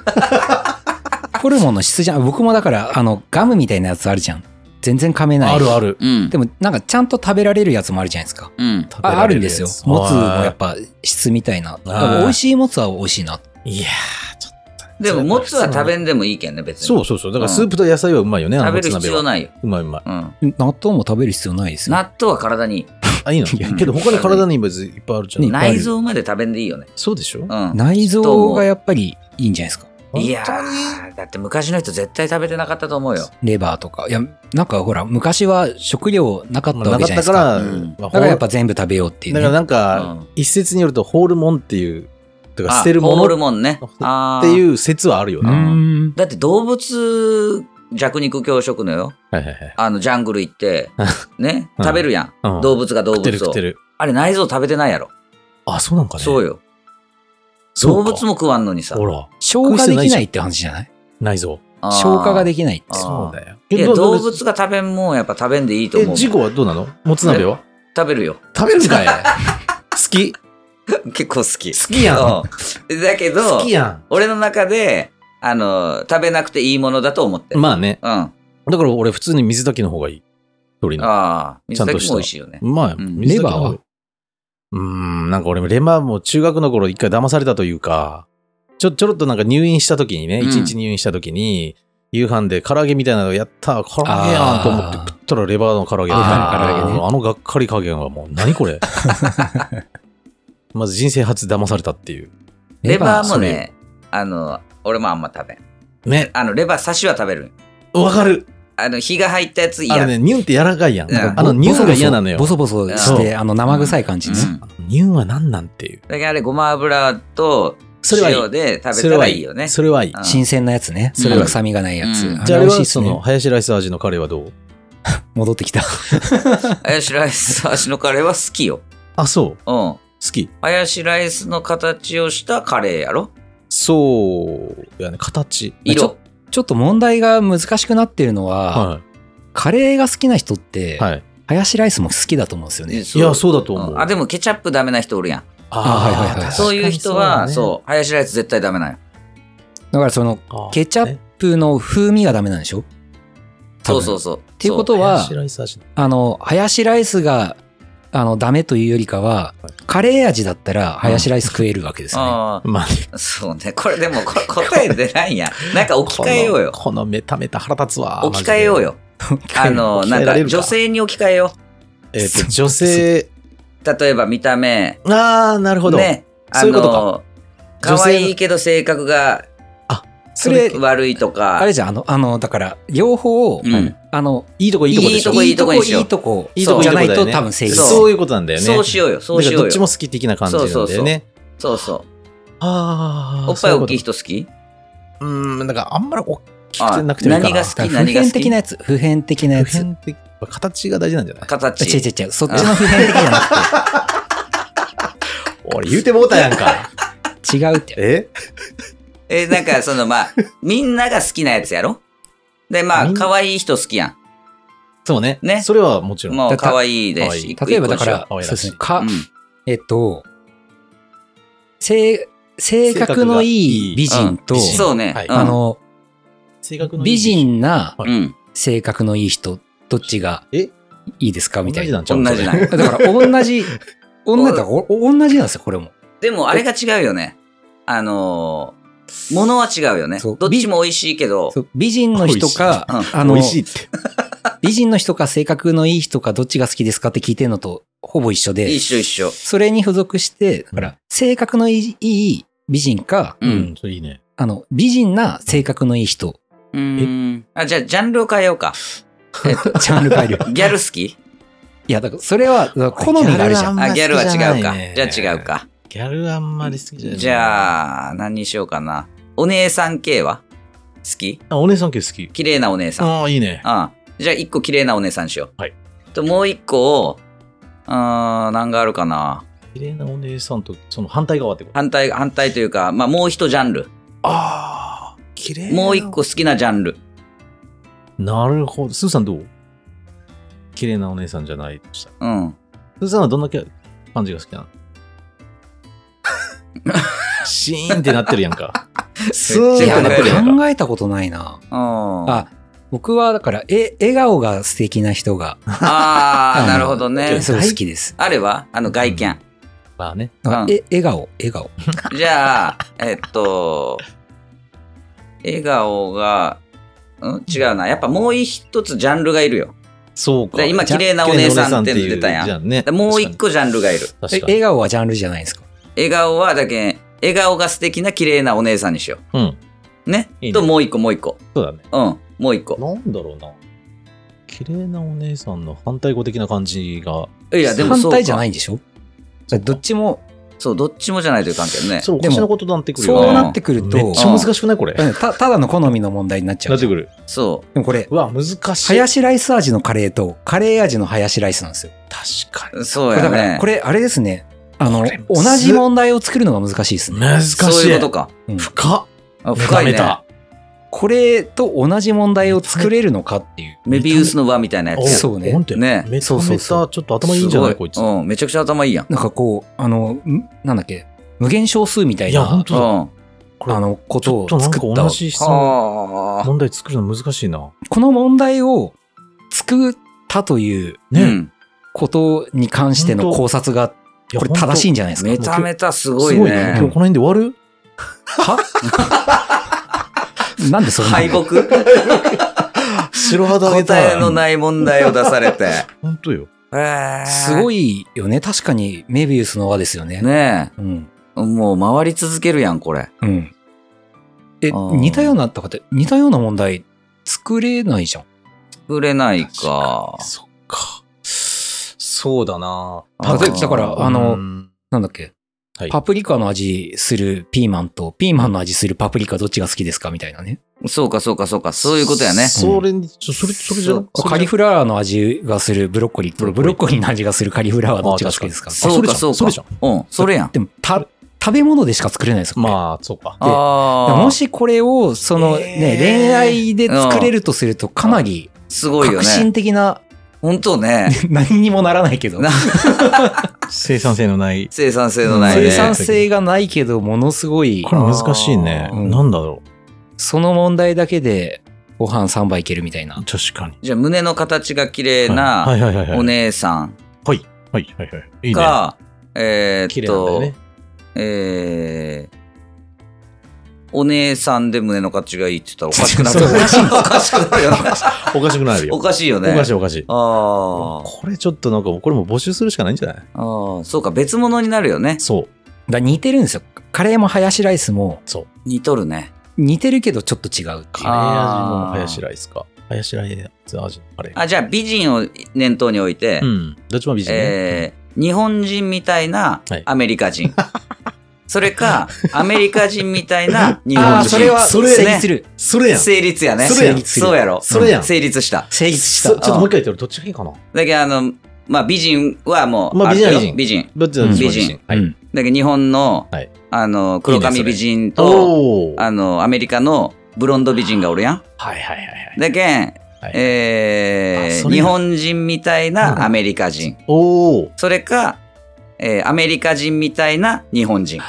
Speaker 2: ホルモンの質じゃん。僕もだから、あの、ガムみたいなやつあるじゃん。全然噛めない。
Speaker 1: あるある
Speaker 3: うん。
Speaker 2: でも、なんかちゃんと食べられるやつもあるじゃないですか。
Speaker 3: うん。
Speaker 1: 食べ
Speaker 2: ああ
Speaker 1: られ
Speaker 2: るん
Speaker 1: や
Speaker 2: で
Speaker 1: つ
Speaker 2: すよ。もつもやっ
Speaker 1: は
Speaker 2: ぱ質みたいな。
Speaker 1: あー
Speaker 2: 美味しいもつは美味しいな。
Speaker 1: いいやーちょっと
Speaker 3: でも、もつは食べ
Speaker 1: る
Speaker 3: んでもいいけんね、別に。
Speaker 1: そうそうそうだからスープと野菜はうまいよね、あの
Speaker 3: 食
Speaker 1: も
Speaker 3: べ
Speaker 1: つ
Speaker 3: る必
Speaker 1: 鍋
Speaker 3: 要
Speaker 1: は
Speaker 3: ないよ。
Speaker 1: うまいうまい
Speaker 3: うん。
Speaker 2: 納豆も食べる必要ないですよ。
Speaker 3: 納豆は体にいい。
Speaker 1: あいいの
Speaker 2: いや
Speaker 1: けど他に体に別にいっぱいあるじゃん、
Speaker 2: ねぱいある
Speaker 3: 内臓まで食べんでいいよね。
Speaker 1: そうでしょ
Speaker 3: うん。
Speaker 2: 内臓がやっぱりいいんじゃないですか。
Speaker 3: いや
Speaker 1: 本当に
Speaker 3: ー、だって昔の人絶対食べてなかったと思うよ。
Speaker 2: レバーとか。いや、なんかほら、昔は食料なかったわ
Speaker 1: な
Speaker 2: け
Speaker 1: かっ
Speaker 2: じゃな
Speaker 1: た
Speaker 2: いですか。
Speaker 1: か、
Speaker 2: だから
Speaker 3: うん
Speaker 1: まあ
Speaker 2: らやっぱ全部食べようっていう、
Speaker 1: だ
Speaker 2: ね。
Speaker 1: からなんか、
Speaker 3: うん
Speaker 1: 一説によるとホールモンっていうとか
Speaker 3: あ
Speaker 1: 捨てるも
Speaker 3: ホ
Speaker 1: の
Speaker 3: ー
Speaker 1: っ
Speaker 3: ルモンね。あ
Speaker 1: て
Speaker 3: う。
Speaker 1: いう説はあるよ
Speaker 2: う
Speaker 1: な、
Speaker 2: ーん。
Speaker 3: だって動物弱肉強食のよ。
Speaker 1: はいはいはい
Speaker 3: あの、ジャングル 行って、ね、
Speaker 1: うん
Speaker 3: 食べるやん。
Speaker 1: うん
Speaker 3: 動物が動
Speaker 1: 食って
Speaker 3: 物
Speaker 1: る食
Speaker 3: を
Speaker 1: って。る
Speaker 3: あれ内臓食べてないやろ。
Speaker 1: あそうなんかね
Speaker 3: そうよ。
Speaker 1: そ
Speaker 3: 動
Speaker 1: うか
Speaker 3: 物も食わんのにさ。
Speaker 1: ほら
Speaker 2: 消化できないって話じゃない
Speaker 1: 内臓
Speaker 2: 消化が
Speaker 3: で
Speaker 2: できないって。
Speaker 3: あー
Speaker 1: そうだよ
Speaker 3: いや、
Speaker 1: ど
Speaker 3: 動物が食べんもんやっぱ食べんでいいと
Speaker 1: え
Speaker 3: 思う。
Speaker 1: 事故はどうなのもつ鍋は
Speaker 3: 食べるよ。
Speaker 1: 食べるんかい好き
Speaker 3: 結構好き。
Speaker 1: 好きやん
Speaker 3: うんだけど
Speaker 1: 好、きや
Speaker 3: 俺の中で、あの、食べなくていいものだと思って
Speaker 1: ん
Speaker 3: る。
Speaker 1: まあね
Speaker 3: うん。あ
Speaker 1: だから俺普通に水炊きの方がいい鳥の
Speaker 3: あ、
Speaker 1: ちゃ
Speaker 3: 水
Speaker 1: んと
Speaker 3: 炊
Speaker 1: し
Speaker 3: き
Speaker 1: た
Speaker 3: も美味しいよね。
Speaker 1: まあ
Speaker 3: うん
Speaker 1: 水炊きの方が
Speaker 2: レバーは
Speaker 1: うーんなんか俺もレバーも中学の頃一回騙されたというかちょちょろっとなんか入院した時にね
Speaker 3: うん
Speaker 1: 一日入院した時に、夕飯で唐揚げみたいなのやった唐揚げやんと思って
Speaker 2: あー
Speaker 1: 食ったらレバーの唐揚げだっ
Speaker 3: レ
Speaker 1: た
Speaker 3: バーの唐揚げ
Speaker 1: あ
Speaker 2: ね
Speaker 1: のあのがっかり加減はもう何これまず人生初騙されたっていう
Speaker 3: レバーもね、あの、俺もあんま食べん。
Speaker 1: ね
Speaker 3: あの、レバー刺しは食べる。
Speaker 1: わかる
Speaker 3: あの、火が入ったやつ
Speaker 1: あ
Speaker 3: 嫌。
Speaker 1: れねニュンって柔らかいやん
Speaker 3: うん
Speaker 1: あのニュンが嫌なのよ
Speaker 2: ボソボソして、あの、生臭い感じ
Speaker 3: うん
Speaker 2: ね。
Speaker 1: ニュンは何なんっていう
Speaker 3: だからあれ、ごま油と
Speaker 1: それはいい
Speaker 3: 塩で食べたらいいよね。
Speaker 1: それはいい
Speaker 3: うん
Speaker 2: 新鮮なやつね。
Speaker 3: そ
Speaker 2: そ
Speaker 3: れ
Speaker 2: れ
Speaker 3: は
Speaker 2: は臭みがないやつ。
Speaker 3: うん
Speaker 1: じゃああれ
Speaker 2: れ美味しい
Speaker 1: は
Speaker 2: っす
Speaker 1: そ
Speaker 2: ね
Speaker 1: の、ハヤシライス味のカレーはどう
Speaker 2: 戻ってきた。
Speaker 3: ハヤシライス味のカレーは好きよ。
Speaker 1: あそう
Speaker 3: うん。ハ
Speaker 1: 好き
Speaker 3: ヤシライスの形をしたカレーやろ
Speaker 1: そうやね形
Speaker 2: ちょ
Speaker 3: 色。
Speaker 2: ちょっと問題が難しくなってるのは、
Speaker 1: は
Speaker 2: カレーが好きな人っ
Speaker 1: い
Speaker 2: て、
Speaker 1: はい
Speaker 2: ハヤシライスも好きだと思うんですよね。
Speaker 1: いやそうだと思う
Speaker 3: あ、でもケチャップダメな人おるやん。
Speaker 2: あはいはいはい
Speaker 1: 確かに
Speaker 3: そういう人は、
Speaker 1: そう
Speaker 3: そう、ハヤシライス絶対ダメなんよ。
Speaker 2: だからそ
Speaker 1: だ
Speaker 2: の、
Speaker 1: ねあ
Speaker 2: ケチャッ
Speaker 1: ね
Speaker 2: プの風味がダメなんでしょ多
Speaker 3: そう
Speaker 2: 分
Speaker 3: そうそう。って
Speaker 2: いうこと
Speaker 1: ハヤ
Speaker 2: は
Speaker 1: シ、ライス味
Speaker 2: あの、ハヤシライスが、あの、ダメというよりかは
Speaker 1: はい、
Speaker 2: カレー味だったら、ハヤシライス食えるわけですよね。
Speaker 3: あ
Speaker 1: まあね
Speaker 3: あ、そうね。これでも、これ答え出ないや ん。なんか置き換えようよ。
Speaker 1: このこのメタメタ腹立つわ
Speaker 3: 置き換えよ
Speaker 1: よ
Speaker 3: うよ。あの、
Speaker 1: 置き
Speaker 3: な
Speaker 1: 換
Speaker 3: ん
Speaker 1: えら
Speaker 3: か
Speaker 1: れるか
Speaker 3: 女性に置き換えよ
Speaker 1: えっと女性
Speaker 3: う。例えば見た目。
Speaker 1: ああなるほど
Speaker 3: ね。あ
Speaker 1: そういうこと
Speaker 3: の、
Speaker 1: 女性の
Speaker 3: 可愛いけど性格が
Speaker 1: それ
Speaker 3: 悪いとか。
Speaker 2: あれじゃん、あの、あの、だから、両方を
Speaker 3: う、ん。
Speaker 2: あの、
Speaker 1: いいとこいいとこでしょ
Speaker 3: いいとこいいとこにしよう
Speaker 2: いいとこ、
Speaker 1: いいとこ
Speaker 2: じゃな
Speaker 1: い
Speaker 2: い
Speaker 1: いと
Speaker 2: と
Speaker 1: こだよね
Speaker 2: 多分成立
Speaker 3: そう
Speaker 1: そういうことなんだよね
Speaker 3: そうしようよ。そう
Speaker 1: だ
Speaker 3: し
Speaker 1: から
Speaker 3: よ
Speaker 1: ど
Speaker 3: う
Speaker 1: っちも
Speaker 3: よ。
Speaker 1: 好き的な感じなんだ
Speaker 3: そうそ
Speaker 1: よ
Speaker 3: うそ
Speaker 1: ね
Speaker 3: そうそう。
Speaker 1: ああ
Speaker 3: おっぱい大きい
Speaker 1: 人
Speaker 3: 人好き
Speaker 1: うーんなんかあんまり大きくてなくてもいい
Speaker 3: あ
Speaker 1: かな
Speaker 3: 何が好き
Speaker 2: だから普
Speaker 3: 何が好
Speaker 2: 遍
Speaker 3: き
Speaker 2: 的なやつ、普遍的なや
Speaker 1: 普
Speaker 2: つ。
Speaker 1: 遍的形が大事なんじゃない
Speaker 2: 違う
Speaker 3: 形。
Speaker 2: 違う違う、そっちの普遍的じゃなくて
Speaker 1: 俺言うてもうたやんか。
Speaker 2: 違 うって。
Speaker 1: え
Speaker 3: え、なんかそのま あ、みんなが好きなやつやろで、ま
Speaker 1: み
Speaker 3: あ、
Speaker 1: ん
Speaker 3: 可愛い人好きや
Speaker 1: そうね。
Speaker 3: ね
Speaker 1: それはもちろん。
Speaker 3: ん。もう
Speaker 2: だから
Speaker 3: 可愛いで
Speaker 1: 可愛い
Speaker 3: し。
Speaker 2: 例えばだか
Speaker 1: 一
Speaker 2: ら、
Speaker 1: 個
Speaker 2: そ
Speaker 1: 一個一
Speaker 2: う
Speaker 1: 緒
Speaker 2: ですね。か
Speaker 3: うん、
Speaker 2: えっと、性、性格のいい美人と、
Speaker 1: うん美人
Speaker 3: そうね。
Speaker 1: はい
Speaker 3: うん
Speaker 2: あ、の、
Speaker 1: 性格のいい
Speaker 2: 美人な
Speaker 1: は
Speaker 3: うん。
Speaker 2: 性格のいい人、どっちが
Speaker 1: え
Speaker 2: いいですかみたいな。
Speaker 1: 同じなんちゃう
Speaker 3: 同じなんや
Speaker 1: それ
Speaker 2: だから、同 じ、同じだから、お同じなんですよ、これも。
Speaker 3: でも、あれが違うよね。あのー、ものは違うよね
Speaker 2: そう。
Speaker 3: どっちも美味しいけど
Speaker 2: そ、う美人の人か、
Speaker 3: 美味
Speaker 2: あ
Speaker 1: 美
Speaker 2: の
Speaker 1: 味、しいって。
Speaker 2: 美人の人か性格のいい人か、どっちが好きですかって聞いてるのと、ほぼ一緒で
Speaker 3: 一、緒一緒。
Speaker 2: それに付属して、だから、性格のいいいい美人か、
Speaker 3: う
Speaker 1: うんん、。それいいね。
Speaker 2: あの、美人な性格のいい人、
Speaker 3: うーん。あ、じゃあ、ジャンルを変えようか。えっと、
Speaker 2: ジャンル変える。
Speaker 3: ギャル好き
Speaker 2: いや、だから、それは、好み があるじゃん。
Speaker 3: あ、ギャルは違うか。
Speaker 1: ね
Speaker 3: じゃあ違う。か。
Speaker 1: ギャルあんまり好きじゃない。
Speaker 3: じゃあ、何にしようかな。お姉さん系は好き
Speaker 1: あ、お姉さん系好き。
Speaker 3: 綺麗なお姉さん。うん。
Speaker 1: ああ、いいね。
Speaker 3: じゃあ、一個綺麗なお姉さんにしよう。
Speaker 1: はい。
Speaker 3: と、もう一個を、うーん、何があるかな。
Speaker 1: 綺麗なお姉さんと、その反対側ってこと。
Speaker 3: 反対、反対というか、まあ、もう一ジャンル。
Speaker 1: ああ、綺麗な
Speaker 3: もう一。個好きなジャンル。
Speaker 1: なるほど。スーさんどう綺麗なお姉さんじゃないとしたら。
Speaker 3: うん。
Speaker 1: スーさんはどんなキャ感じが好きなの シーンってなってるやんか。スーンっ
Speaker 2: い
Speaker 1: て
Speaker 2: や、
Speaker 1: なってるやんか。
Speaker 2: 考えたことないな。
Speaker 3: あ
Speaker 2: あ、僕はだから、え、笑顔が素敵な人が、
Speaker 3: あー、なるほど
Speaker 1: え
Speaker 3: ね。
Speaker 2: すごい好きです。
Speaker 3: あれはあの外見。
Speaker 1: まあね。
Speaker 2: あ
Speaker 3: うん
Speaker 2: え、笑顔、笑顔。
Speaker 3: じゃあ、えっと、笑顔が、うん違うな。やっぱもう一つジャンルがいるよ。
Speaker 1: そうか。
Speaker 3: で今
Speaker 1: じゃ
Speaker 3: 綺麗なお姉さんって
Speaker 1: 綺麗なお姉さいう
Speaker 3: 出たやん
Speaker 1: じゃね
Speaker 3: で。もう一個ジャンルがいる。
Speaker 2: え
Speaker 1: 確かに。
Speaker 2: 笑顔はジャンルじゃないですか。
Speaker 3: 笑顔は、だけん笑顔が素敵な綺麗なお姉さんにしよ
Speaker 1: うん。
Speaker 3: う。ね。
Speaker 1: いいね
Speaker 3: と、もう一個、もう一個。
Speaker 1: そうだね。
Speaker 3: うん、もう一個。
Speaker 1: なんだろうな。綺麗なお姉さんの反対語的な感じが。
Speaker 3: いや、でも
Speaker 2: 反
Speaker 3: そうか
Speaker 2: 対じゃないんでしょどっちも、
Speaker 3: そう、どっちもじゃないという関係ね。
Speaker 1: それお
Speaker 2: で
Speaker 1: か
Speaker 2: も
Speaker 1: しなことになってくるよ
Speaker 2: そう
Speaker 1: ね。
Speaker 2: なってくると、
Speaker 1: めっちゃ難しくないこれ。
Speaker 2: うんたただの好みの問題になっちゃ
Speaker 1: な
Speaker 2: う
Speaker 1: っ
Speaker 2: じ
Speaker 1: て
Speaker 2: ゃん。
Speaker 1: くる。
Speaker 3: そ
Speaker 2: でもこれ、
Speaker 1: うわ、難し
Speaker 2: ハ
Speaker 1: い。
Speaker 2: ヤシライス味のカレーと、カレー味のハヤシライスなんですよ。
Speaker 1: 確か
Speaker 3: う。そう
Speaker 2: これ
Speaker 3: や
Speaker 2: だから、
Speaker 3: ね
Speaker 2: こ。れ、あれですね。あの
Speaker 1: これ、む
Speaker 2: 同
Speaker 1: ず
Speaker 2: じ問題を作るのが難しいです
Speaker 1: に。
Speaker 2: ね。
Speaker 1: 難しい。
Speaker 3: そういうことか。
Speaker 2: うん
Speaker 1: 深っ。
Speaker 3: あ
Speaker 1: メ
Speaker 3: 深
Speaker 1: タ
Speaker 3: い
Speaker 1: メ
Speaker 3: ね。
Speaker 1: タ。
Speaker 2: これと同じ問題を作れるのかっていう。
Speaker 3: メビウスの輪みたいなや
Speaker 1: お
Speaker 3: つ。
Speaker 2: そうね
Speaker 1: ほんとや
Speaker 3: ね
Speaker 1: メタ
Speaker 2: そう
Speaker 1: メ
Speaker 2: そう
Speaker 1: タ。ちょっ
Speaker 2: そう
Speaker 1: と頭いいんじゃない
Speaker 3: すご
Speaker 1: こいつ。
Speaker 3: うん、めちゃくちゃ頭いいやん。
Speaker 2: なんかこう、あの、んなんだっけ、無限小数みたい
Speaker 1: いや、ほん
Speaker 2: な、
Speaker 1: と
Speaker 3: うん。
Speaker 1: だ。
Speaker 3: は
Speaker 1: れ
Speaker 2: あの、こ
Speaker 1: ち
Speaker 2: と
Speaker 1: ょっ
Speaker 2: を
Speaker 1: となんか
Speaker 2: 作った
Speaker 1: 同。じ質問。
Speaker 3: あ。
Speaker 1: 問題作るの難しいな。
Speaker 2: この問題を作ったという
Speaker 3: う
Speaker 1: ね。
Speaker 3: ん
Speaker 2: ことに関しての
Speaker 1: 本当
Speaker 2: 考察が、これ正しいんじゃないですか
Speaker 3: め。ちゃめちゃすご
Speaker 1: す
Speaker 3: い
Speaker 1: ごいね。
Speaker 3: ね
Speaker 1: 今。日この辺で終わる
Speaker 2: なんでそれ
Speaker 3: 敗北
Speaker 1: 白肌出
Speaker 3: 答
Speaker 1: た
Speaker 3: えのない問題を出されて。
Speaker 1: ほんとよ。
Speaker 2: すごいよね。確かに、メビウスの輪ですよね。
Speaker 3: ね
Speaker 2: うん。
Speaker 3: え。もう回り続けるやん、これ。
Speaker 2: うん。え、
Speaker 3: あー
Speaker 2: 似たような、とかって、似たような問題作れないじゃん。
Speaker 3: 作れないか。
Speaker 1: そっか。そうだな
Speaker 3: あ
Speaker 2: 例えばだから、あ
Speaker 1: う
Speaker 2: の、
Speaker 1: ん
Speaker 2: なんだっけ
Speaker 1: はい。
Speaker 2: パプリカの味するピーマンと、ピーマンの味するパプリカどっちが好きですかみたいなね。
Speaker 3: そうか、そうか、そうか。そういうことやね。
Speaker 1: それに、ちょそれ、それじゃ
Speaker 3: そう
Speaker 1: それじゃ
Speaker 2: カリフラワーの味がするブロッコリー
Speaker 1: ブロッ
Speaker 2: と、
Speaker 1: コ
Speaker 2: ブ
Speaker 1: リー
Speaker 2: ロッコリーの味がするカリフラワーどっちが好きですか
Speaker 1: あ
Speaker 3: そうか、
Speaker 1: そ
Speaker 3: そ
Speaker 1: れ
Speaker 3: う
Speaker 1: じゃんそれ
Speaker 3: か
Speaker 1: じゃ。
Speaker 3: うん、それやん。
Speaker 2: でも、た、食べ物でしか作れないですよ。
Speaker 1: まあ、そうか。
Speaker 2: で
Speaker 3: ああ。
Speaker 2: もしこれを、その
Speaker 1: えー
Speaker 2: ね、恋愛で作れるとすると、かなり
Speaker 3: すごいよ
Speaker 2: 革
Speaker 3: ね
Speaker 2: 新。的な、
Speaker 3: 本当ね。
Speaker 2: 何にもならないけど
Speaker 3: な、
Speaker 1: 生産性のない。
Speaker 3: 生産性のないね。
Speaker 2: 生産性がないけど、ものすごい
Speaker 1: こ、れ難しいね。
Speaker 2: あー
Speaker 1: なんだろ
Speaker 2: その問題だけで、ご飯3杯いけるみたいな
Speaker 1: う。。確かに。
Speaker 3: じゃあ、胸の形が綺麗
Speaker 1: は
Speaker 3: ない
Speaker 1: はいはいはい。
Speaker 3: お姉さん
Speaker 1: はいはいはいはい。いいね。
Speaker 3: か、え
Speaker 1: 綺
Speaker 3: ーっ
Speaker 1: 麗なんだよ
Speaker 3: と、
Speaker 1: ね。
Speaker 3: えー、お姉さんで胸の形がいいって言ったらおかしくな る
Speaker 2: そう
Speaker 3: おかしくなるよね。
Speaker 1: おかしくなるよ。
Speaker 3: お
Speaker 1: お
Speaker 3: かしいよね。
Speaker 1: かしいおかしい。
Speaker 3: あー
Speaker 1: これちょっとなんか、これも募集するしかないんじゃない
Speaker 3: あー。そうか、別物になるよね。
Speaker 1: そう。
Speaker 2: だから似てるんですよ。カレーもハヤシライスも、
Speaker 1: そう。
Speaker 3: 似とるね。
Speaker 2: 似てるけどちょっと違うって
Speaker 1: カレー味
Speaker 2: いうね。
Speaker 1: の
Speaker 3: あー
Speaker 1: ハヤシライスか。ハヤシライス味のカレー。
Speaker 3: あ、じゃあ美人を念頭に置いて、
Speaker 1: うん。どっちも美人ね。
Speaker 3: えー日本人みたいな
Speaker 1: はい
Speaker 3: アメリカ人。それか、 アメリカ人みたいな日
Speaker 2: あ
Speaker 3: 本
Speaker 2: あ、
Speaker 3: 人。
Speaker 2: それは
Speaker 1: そ
Speaker 2: 成
Speaker 1: れ
Speaker 2: 立する。
Speaker 1: それやん。ちょ
Speaker 3: 成立やね。
Speaker 1: それやん
Speaker 3: そうやろ。
Speaker 1: それやん
Speaker 3: 成立した。
Speaker 2: 成立
Speaker 1: ちょ
Speaker 2: し
Speaker 1: っともう一回言って、俺どっちがいいかな。
Speaker 3: だけど、あの、まあ美人はもう、
Speaker 1: まあ
Speaker 3: るよ
Speaker 1: 美人は美人
Speaker 3: 美人。
Speaker 1: どっちだどっちも
Speaker 3: 美人
Speaker 1: はい。
Speaker 2: うん
Speaker 3: だけど日本の、
Speaker 1: はい
Speaker 3: あの、黒
Speaker 1: いいね
Speaker 3: 髪
Speaker 1: それ
Speaker 3: 美人と、
Speaker 1: おー
Speaker 3: あの、アメリカのブロンド美人がおるやん。
Speaker 1: はいはいはいはい。
Speaker 3: だけん、
Speaker 1: はい
Speaker 3: え
Speaker 1: あ
Speaker 3: ー
Speaker 1: それ
Speaker 3: 日
Speaker 1: や
Speaker 3: 本人みたいなアメリカ人。
Speaker 1: おー。
Speaker 3: それか、えーアメリカ人みたいな日本人。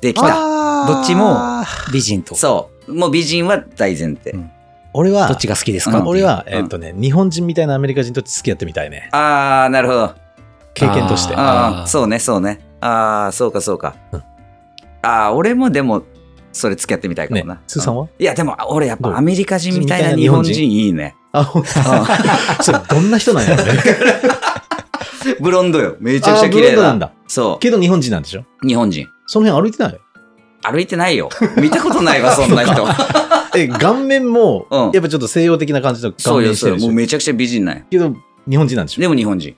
Speaker 3: できた。
Speaker 1: あー
Speaker 2: どっちも美人と。
Speaker 3: そう。もう美人は大前提。
Speaker 2: うん
Speaker 1: 俺は、
Speaker 2: どっちが好きですか
Speaker 3: うん
Speaker 1: 俺は、
Speaker 3: うん
Speaker 1: えっとね、日本人みたいなアメリカ人と付き合ってみたいね。
Speaker 3: あー、なるほど。
Speaker 1: 経験として。
Speaker 2: あー
Speaker 3: ああ、そうね、そうね。ああ、そうか、そうか。
Speaker 1: うん
Speaker 3: ああ、俺もでも、それ付き合ってみたいか
Speaker 1: ね
Speaker 3: もな。、
Speaker 1: スーさん
Speaker 3: うん
Speaker 1: はい
Speaker 3: や、でも、俺やっ
Speaker 1: どう
Speaker 3: ぱアメリカ人みたいな
Speaker 1: みたいな日
Speaker 3: 日
Speaker 1: 本
Speaker 3: 本
Speaker 1: 人
Speaker 3: 人いいね。
Speaker 1: あ、ほんと それ、どんな人なんや ろね。
Speaker 3: ブロンドよ。め
Speaker 1: め
Speaker 3: ちゃくちゃ綺麗
Speaker 1: なん
Speaker 3: な。
Speaker 1: だ。
Speaker 3: そ
Speaker 1: けど日本人なんでしょ
Speaker 3: う。日本人。
Speaker 1: その辺歩いてない
Speaker 3: 歩いてないよ。見たことな いわ、そんな人。
Speaker 1: え、 顔面も
Speaker 3: うん、
Speaker 1: やっぱちょっと西洋的な感じの
Speaker 3: そ
Speaker 1: 顔
Speaker 3: う
Speaker 1: 面
Speaker 3: よ、
Speaker 1: して
Speaker 3: そ
Speaker 1: る
Speaker 3: うよ。
Speaker 1: でし
Speaker 3: もう
Speaker 1: ょ
Speaker 3: めちゃくちゃ美人なんよ。
Speaker 1: けど、日本人なんでしょ
Speaker 3: でも日本人。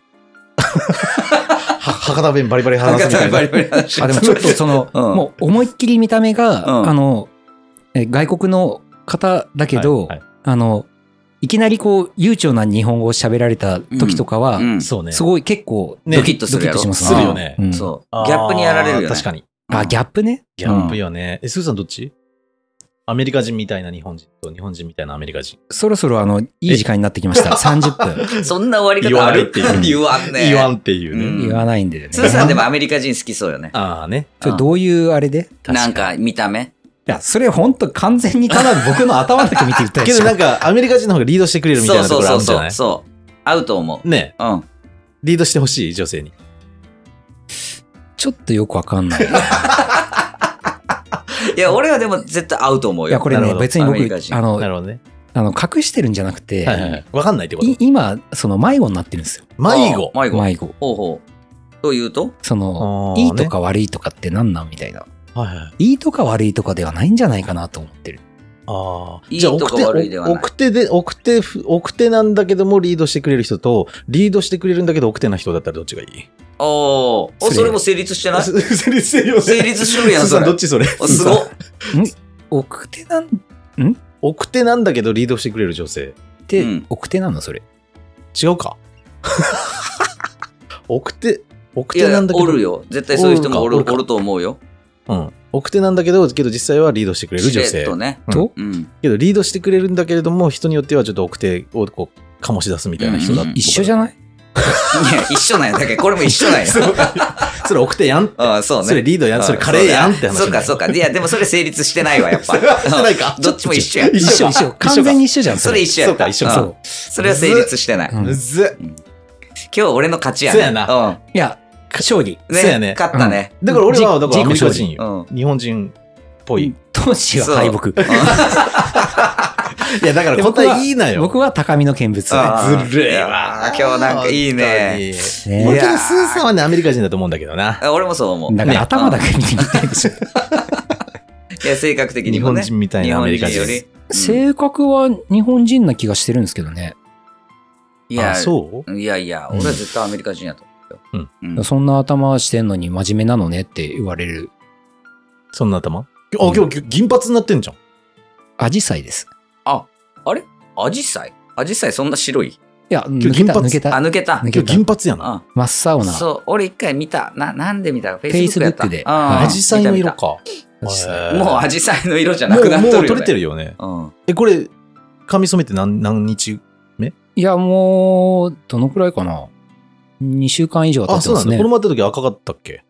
Speaker 1: は博多弁バリバリ話すみたいな。
Speaker 3: バリバリ話してる
Speaker 2: あでもちょっとその、
Speaker 3: うん
Speaker 2: もう思いっきり見た目が、
Speaker 3: うん
Speaker 2: あの、え外国の方だけど、
Speaker 1: はいは
Speaker 2: あの、いきなりこう、悠長な日本語を喋られた時とかは、
Speaker 3: うん
Speaker 1: いそうね。
Speaker 2: すごい結構、
Speaker 1: ね
Speaker 2: ドキッ
Speaker 3: ドキッとするやろ
Speaker 2: ドキッとしま
Speaker 1: す
Speaker 2: す
Speaker 1: るよね
Speaker 2: うん
Speaker 3: そう。
Speaker 1: あー
Speaker 3: ギャップにやられるよね。
Speaker 1: 確かに。
Speaker 2: あ、ギャップね。
Speaker 1: ギャップよね。え、スーさんどっちアメリカ人みたいな日本人と日本人みたいなアメリカ人。
Speaker 2: そろそろあの、いい時間になってきました。30分。
Speaker 3: に。そんな終わり
Speaker 1: 言
Speaker 3: 方
Speaker 1: わ
Speaker 3: あ
Speaker 1: ないっ
Speaker 3: る
Speaker 1: ていう
Speaker 3: 言わんね。
Speaker 1: 言わんっていうね。
Speaker 3: うん
Speaker 2: 言わないん だよね。
Speaker 3: スーさんでもアメリカ人好きそうよね。
Speaker 1: ああね。
Speaker 2: それどういうあれで
Speaker 1: 確
Speaker 3: なんか見た目
Speaker 2: いや、それほんと完全にただ僕の頭だけ見て言ったで
Speaker 1: け
Speaker 2: し
Speaker 1: ど
Speaker 2: ょ。
Speaker 1: なんか、アメリカ人の方がリードしてくれるみたい
Speaker 3: そう
Speaker 1: なところあ
Speaker 3: そうそ
Speaker 1: る
Speaker 3: うん
Speaker 1: じゃな
Speaker 3: そ。
Speaker 1: いう
Speaker 3: そう。合うと思う。
Speaker 1: ね
Speaker 3: うん。
Speaker 1: リードしてほしい、女性に。
Speaker 2: ちょっとよくわかん ない。
Speaker 3: いや、俺はでも絶対合うと思うよ。
Speaker 2: いや、これ
Speaker 1: なる
Speaker 2: ね
Speaker 1: ほ、ど
Speaker 2: 別に
Speaker 3: アメリカ
Speaker 2: 僕、
Speaker 3: 人
Speaker 2: あ
Speaker 1: な
Speaker 2: の、
Speaker 1: るほどね。
Speaker 2: あの隠してるんじゃなくて、
Speaker 1: はいはいはい。わかんないってこと
Speaker 2: い今、その迷子になってるんですよ。
Speaker 1: 迷子
Speaker 3: あ。迷子。
Speaker 2: 迷子。
Speaker 3: ほうほう。というと
Speaker 2: そ
Speaker 1: あ
Speaker 2: の、
Speaker 1: ーね
Speaker 2: いいとか悪いとかって何なんみたいな。
Speaker 1: はいはい。
Speaker 2: いいとか悪いとかではないんじゃないかなと思ってる。
Speaker 1: ああ。
Speaker 3: いい
Speaker 1: じゃあ、
Speaker 3: とか
Speaker 1: 奥手、
Speaker 3: 悪いではない
Speaker 1: 奥手で、奥手、奥手なんだけどもリードしてくれる人と、リードしてくれるんだけど奥手な人だったらどっちがいい
Speaker 3: おーお、それも成立し てない
Speaker 1: 成立してるよね。
Speaker 3: 成立しろやん
Speaker 1: スーさ
Speaker 3: それ
Speaker 1: どっちそれ
Speaker 3: おす
Speaker 1: ス
Speaker 3: ご
Speaker 1: ー
Speaker 3: っ
Speaker 1: さん
Speaker 2: 奥手なん
Speaker 1: 奥手なんだけどリードしてくれる女性。
Speaker 2: て、
Speaker 3: うん
Speaker 2: 奥手なのそれ。
Speaker 1: 違う か奥手、奥
Speaker 3: い
Speaker 1: 手な
Speaker 3: や
Speaker 1: んだけど。
Speaker 3: おるよ。絶対そういう人もおる
Speaker 1: おるか
Speaker 3: おると思うよ。
Speaker 1: うん。奥手なんだけど、けど実際はリードしてくれる女
Speaker 3: しれっ
Speaker 1: 性
Speaker 3: と。ね。
Speaker 1: うん
Speaker 2: と、
Speaker 3: うん。
Speaker 1: けどリードしてくれるんだけれども、人によってはちょっと奥手をこう、醸し出すみたいな人だ
Speaker 3: うん
Speaker 2: 一緒じ
Speaker 1: ゃ
Speaker 2: ゃない
Speaker 3: いや、一緒なんや。だけどこれも一緒なんや。
Speaker 1: それ奥手やんって。
Speaker 3: ああ、そうね。
Speaker 1: それリードやん。それカレーやんって話。
Speaker 3: そうか、そうか。いや、でもそれ成立してないわ、やっ ぱ。
Speaker 1: してないか
Speaker 3: うんどっちも一緒や。
Speaker 1: 一緒
Speaker 2: 一緒。完全に一緒じゃん。
Speaker 3: それ一緒や
Speaker 1: そう
Speaker 3: った。
Speaker 1: か一緒
Speaker 3: うん
Speaker 1: か
Speaker 2: そう。
Speaker 3: それは成立してない。
Speaker 2: う
Speaker 3: 今
Speaker 2: ん
Speaker 1: むずっ
Speaker 3: 日俺の勝ちやね。
Speaker 1: そうやな
Speaker 3: うん。
Speaker 2: いや、勝利。
Speaker 1: そうやね
Speaker 3: 勝ったね。
Speaker 1: だから俺は、
Speaker 2: うん
Speaker 1: だからアメリカ人
Speaker 2: 自己
Speaker 1: よ。
Speaker 3: うん。
Speaker 1: 日本人っぽい。い
Speaker 2: 当時は敗北。
Speaker 1: や、だから答えいいなよ。
Speaker 2: 僕は高みの見物。
Speaker 3: あは
Speaker 1: ずるい
Speaker 3: いや
Speaker 1: わ。
Speaker 3: 今日なんかいいね
Speaker 1: 本
Speaker 2: ね
Speaker 1: 当に。
Speaker 3: い
Speaker 1: まあ
Speaker 3: や
Speaker 1: けどスーさんはね、アメリカ人だと思うんだけどな。
Speaker 3: あ俺もそう思う。
Speaker 2: だから頭だけ見てみたいです。
Speaker 3: いや、性格的
Speaker 1: 日
Speaker 3: にも
Speaker 1: 本
Speaker 3: ね。
Speaker 1: 人みたいなアメリカ人。
Speaker 3: 日本より。うん
Speaker 2: 性格は日本人な気がしてるんですけどね。
Speaker 3: いや、
Speaker 1: あそう
Speaker 3: いやいや、俺は絶対アメリカ人やと思うよ。うん
Speaker 2: そんな頭してんのに真面目なのねって言われる。
Speaker 1: そんな頭あ、今日銀髪になってんじゃん。
Speaker 2: アジサイです。
Speaker 3: あ、あれアジサイアジサイそんな白い
Speaker 2: いや、抜けた、
Speaker 1: 金髪
Speaker 2: 抜け
Speaker 3: あ、
Speaker 2: た。
Speaker 3: 抜けた
Speaker 2: 抜。け
Speaker 1: 今日
Speaker 2: た。
Speaker 1: 銀髪やな。
Speaker 3: あ
Speaker 2: 真っ青な。
Speaker 3: そう、俺一回見た。な、なんで見たフ
Speaker 2: Facebook
Speaker 3: やった
Speaker 2: で
Speaker 3: あー
Speaker 1: アジサイの
Speaker 3: 見
Speaker 1: 色
Speaker 3: た
Speaker 1: か。
Speaker 2: アジサイ
Speaker 1: へー
Speaker 3: 見たもうアジサイの色じゃなくなっ
Speaker 1: も
Speaker 3: と
Speaker 1: うも
Speaker 3: るよ、ね。
Speaker 1: う取れてるよね。
Speaker 3: うん。
Speaker 1: え、これ、髪染めて何何日
Speaker 2: いや、もう、どのくらいかな。2週間以上は経
Speaker 1: あ、
Speaker 2: って
Speaker 1: そう
Speaker 2: ま
Speaker 1: なん
Speaker 2: す
Speaker 1: だ。
Speaker 2: ね
Speaker 1: この。前会った時赤かったっけ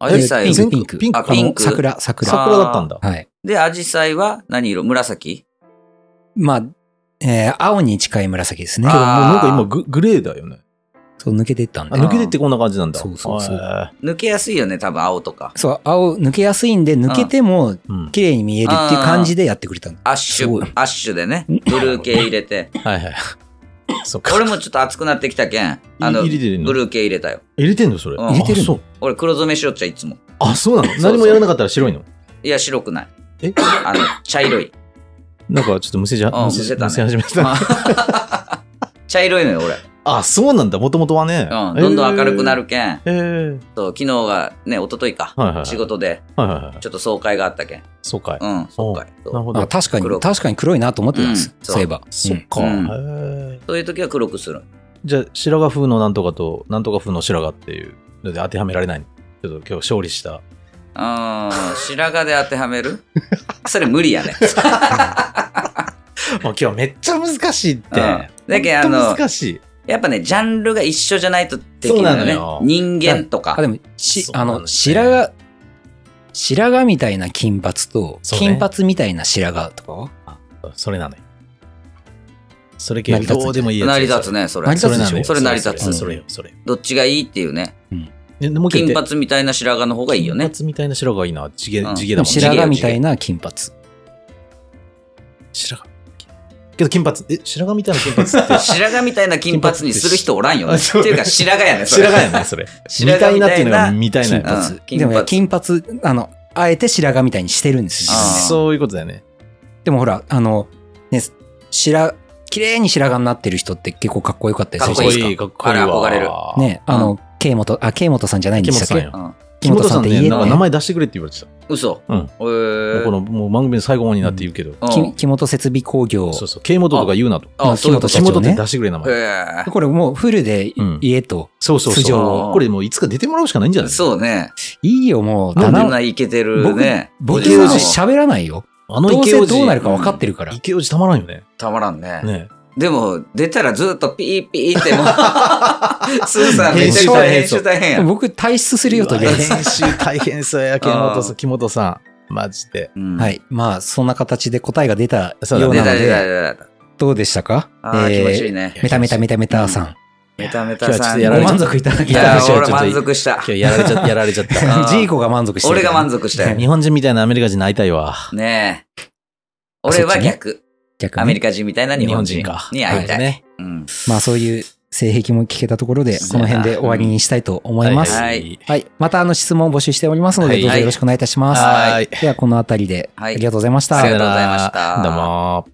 Speaker 3: アジサイ
Speaker 2: ピン
Speaker 1: 全
Speaker 2: ク、
Speaker 1: 国
Speaker 2: ピンク。
Speaker 1: ピンク
Speaker 3: あピンク
Speaker 2: あの桜、桜。
Speaker 1: 桜だったんだ。
Speaker 2: はい。
Speaker 3: で、アジサイは何色紫
Speaker 2: まあ、えー青に近い紫ですね
Speaker 1: け。どもう
Speaker 3: あー
Speaker 1: なんか今ググレーだよね。
Speaker 2: そう、抜けてったん
Speaker 1: あ
Speaker 2: で。
Speaker 1: 抜けてってこんな感じなんだ。
Speaker 2: そうそうそう
Speaker 1: へー
Speaker 3: 抜けやすいよね、多分青とか。
Speaker 2: そう、青、抜けやすいんで、抜けても、
Speaker 1: うん
Speaker 2: 綺麗に見えるっていう感じでやってくれたの。
Speaker 3: アッシ
Speaker 2: すごい
Speaker 3: ュ、アッシュでね、ブルー系入 れて。
Speaker 1: はいはい。そっか。
Speaker 3: 俺もちょっと熱くなってきたけん、あの、
Speaker 1: い入れてるの
Speaker 3: ブルー系入れたよ。
Speaker 1: 入れてんのそれ。
Speaker 3: うん入
Speaker 2: れてるの
Speaker 1: あそう。
Speaker 3: 俺黒染めしよっちゃいつも。
Speaker 1: あ、そうなの
Speaker 3: そう
Speaker 1: 何もやらなかったら白いの
Speaker 3: いや、白くない。
Speaker 1: え
Speaker 3: あの、茶色い。
Speaker 1: なんかちょっとむせじゃ、
Speaker 3: うん
Speaker 1: むせ
Speaker 3: むせたね
Speaker 1: むせ始めた。
Speaker 3: 茶色いのよ、俺。
Speaker 1: あ、そうなんだ。もともとはね。
Speaker 3: うん。どんどん明るくな
Speaker 1: る。
Speaker 3: るけん。
Speaker 1: えー、
Speaker 3: そう、昨日がね、一昨日か。
Speaker 1: はいはいはい
Speaker 3: 仕事で、
Speaker 1: はいはいはい。
Speaker 3: ちょっと総会があったけん。
Speaker 1: そうかい。な
Speaker 3: うん、総会。そう
Speaker 1: るほど
Speaker 2: あ。確か
Speaker 3: 黒
Speaker 2: に、確かに黒いなと思ってたんです。
Speaker 3: うんそう
Speaker 2: そういえば。
Speaker 1: そっか。
Speaker 3: う
Speaker 1: へ
Speaker 3: ん
Speaker 1: ー
Speaker 3: そういう時は黒くする。
Speaker 1: じゃあ、白髪風のなんとかと、なんとか風の白髪っていうので当てはめられないのちょっと今日勝利した。
Speaker 3: うーん、白髪で当てはめる それ無理やね。
Speaker 1: もう今日めっちゃ難しいって。
Speaker 3: うんだけど
Speaker 1: 本当
Speaker 3: あの
Speaker 1: 難しい。
Speaker 3: やっぱね、ジャンルが一緒じゃないとでき
Speaker 1: そうなの
Speaker 3: ない
Speaker 1: よ
Speaker 3: よね。人間とか
Speaker 2: あ、。でも、し
Speaker 1: そ、うな
Speaker 2: あ
Speaker 1: んですね
Speaker 2: の、白髪、白髪みたいな金髪と、
Speaker 1: そうね
Speaker 2: 金髪みたいな白髪とかは
Speaker 1: それなのよ。それ系どうでもいいやつ。
Speaker 3: 成り立つね、それ。
Speaker 2: 成り立
Speaker 1: そ
Speaker 2: つ
Speaker 1: れなのよ。
Speaker 3: それ成り立つ
Speaker 1: それそれよ、それ。
Speaker 3: どっちがいいっていうね。
Speaker 1: でもう一回言
Speaker 3: 金
Speaker 1: って
Speaker 3: 髪みたいな白髪の方がいいよね
Speaker 1: 金。髪みたいな白がいいな。地毛、
Speaker 3: うん
Speaker 1: 地毛
Speaker 2: で
Speaker 1: だ
Speaker 2: も
Speaker 1: もんね。
Speaker 2: 白髪みたいな金髪。
Speaker 1: 白髪。けど金髪。え、白髪みたいな金髪って
Speaker 3: 白髪みたいな金髪にする人おらんよね。
Speaker 1: あ
Speaker 3: っ
Speaker 1: そ
Speaker 3: て
Speaker 1: う
Speaker 3: いうか白髪やね、それ
Speaker 1: 白髪やね、そ れ。み
Speaker 3: 白
Speaker 1: た
Speaker 3: 髪
Speaker 1: い
Speaker 3: み
Speaker 1: なったてい
Speaker 3: いう
Speaker 1: のが
Speaker 3: な。
Speaker 1: 見たいな
Speaker 2: 金
Speaker 1: や
Speaker 3: な
Speaker 2: 髪
Speaker 3: うん。金髪
Speaker 2: でもね、金髪、あの、あえて白髪みたいにしてるんですよ自分
Speaker 3: あ
Speaker 2: で
Speaker 3: ー
Speaker 1: そういうことだよね。
Speaker 2: でもほら、あの、ね、白、綺麗に白髪になってる人って結構かっこよかったりす
Speaker 1: か
Speaker 2: る
Speaker 1: っこ
Speaker 2: じゃないです
Speaker 1: いい、かっこいいわ。
Speaker 3: あれ憧れる
Speaker 2: か。ね、あの、慶本、あ、慶本さんじゃないんで
Speaker 1: 木本
Speaker 2: した
Speaker 1: さ
Speaker 2: っ
Speaker 1: ん
Speaker 2: け
Speaker 1: よ。
Speaker 3: うん。
Speaker 1: 木本さんね、
Speaker 2: 木
Speaker 1: なん
Speaker 2: 本
Speaker 1: か
Speaker 2: さん
Speaker 1: 名
Speaker 2: って
Speaker 1: 前出してくれって言われてた。
Speaker 3: 嘘。
Speaker 1: うん
Speaker 3: えー
Speaker 1: このもう番組の最後までになって言うけど、
Speaker 2: 家
Speaker 3: う
Speaker 2: ね、
Speaker 3: ん
Speaker 2: き木本設備工業。
Speaker 1: そうそう、K 元とか言うなと。
Speaker 3: あ
Speaker 2: の
Speaker 3: そういうこと
Speaker 1: 木
Speaker 2: 木
Speaker 1: 本
Speaker 2: 本
Speaker 1: っ
Speaker 2: ね
Speaker 1: て出してくれ名前。
Speaker 3: へ
Speaker 2: これもうフルで
Speaker 1: うん
Speaker 2: 言えと。
Speaker 1: そうそう
Speaker 2: 素性
Speaker 1: そ
Speaker 3: を
Speaker 1: う。これもういつか出てもらうしかないんじゃ
Speaker 3: ー
Speaker 1: ない
Speaker 3: そうね。
Speaker 2: いいよ、もう。
Speaker 3: あん
Speaker 2: 七
Speaker 3: なイケてる
Speaker 2: 僕
Speaker 3: ね。
Speaker 2: 僕
Speaker 1: 池王子
Speaker 2: 喋らないよ。
Speaker 1: あの
Speaker 2: どう
Speaker 1: 池王
Speaker 2: せ
Speaker 1: 子。
Speaker 2: どうなるか分かってるから。
Speaker 1: 池王子たまらんよね。
Speaker 3: たまらんね。
Speaker 1: ね
Speaker 3: でも、出たらずっとピーピーっても う、スーさんめちゃくちゃ
Speaker 1: 編
Speaker 3: 編
Speaker 1: 集大
Speaker 3: 集大変やん。
Speaker 2: 僕退出するよとりあえず。
Speaker 1: 編集大変そうや、木本さん、木本さん。マジで。
Speaker 3: うん
Speaker 2: は。い。まあ、そんな形で答えが出た
Speaker 1: そうだ
Speaker 2: よう
Speaker 1: ね
Speaker 3: 出
Speaker 2: なの
Speaker 3: た出た
Speaker 2: で、
Speaker 3: 出た。
Speaker 2: どうでしたか
Speaker 3: ああ、
Speaker 2: え
Speaker 3: 気
Speaker 2: ー
Speaker 3: 持ちいいね。
Speaker 2: メタメタメタメタさん。
Speaker 3: メタメ
Speaker 1: 今日はち
Speaker 3: タ
Speaker 1: ょっ
Speaker 3: さ
Speaker 1: と
Speaker 3: ん。
Speaker 1: や
Speaker 2: ご
Speaker 1: られちゃった。
Speaker 2: 満足いただ
Speaker 3: い
Speaker 2: けた
Speaker 3: や
Speaker 2: でし
Speaker 1: い
Speaker 2: ょ
Speaker 1: や
Speaker 3: 俺
Speaker 2: うちょっと
Speaker 3: 満足した
Speaker 1: 今。日やられちゃ った、やられちゃっ た。
Speaker 3: うん
Speaker 2: ジーコが満足してる。
Speaker 3: 俺が満足したよ。
Speaker 1: 日本人みたいなアメリカ人になりたいわ。
Speaker 3: ねえ。俺は逆。
Speaker 2: 逆に
Speaker 3: アメリカ人みたいな日
Speaker 1: 日
Speaker 3: 本
Speaker 1: 本
Speaker 3: 人
Speaker 1: 人か。
Speaker 3: に会いたい。
Speaker 1: ね。
Speaker 3: うん
Speaker 2: まあ、そういう性癖も聞けたところで、
Speaker 3: そうや
Speaker 2: この
Speaker 3: な
Speaker 2: 辺で終わりにしたいと思います。
Speaker 3: は
Speaker 2: はいい。
Speaker 3: はい
Speaker 2: またあの質問を募集しておりますの
Speaker 1: は
Speaker 2: で、
Speaker 1: い
Speaker 2: どうぞよろしくお願いいたします。
Speaker 1: はい
Speaker 2: では、この辺りで、
Speaker 3: は
Speaker 2: あ
Speaker 3: い
Speaker 2: りがとうございました。
Speaker 3: ありがとうございました
Speaker 1: さよならどうも。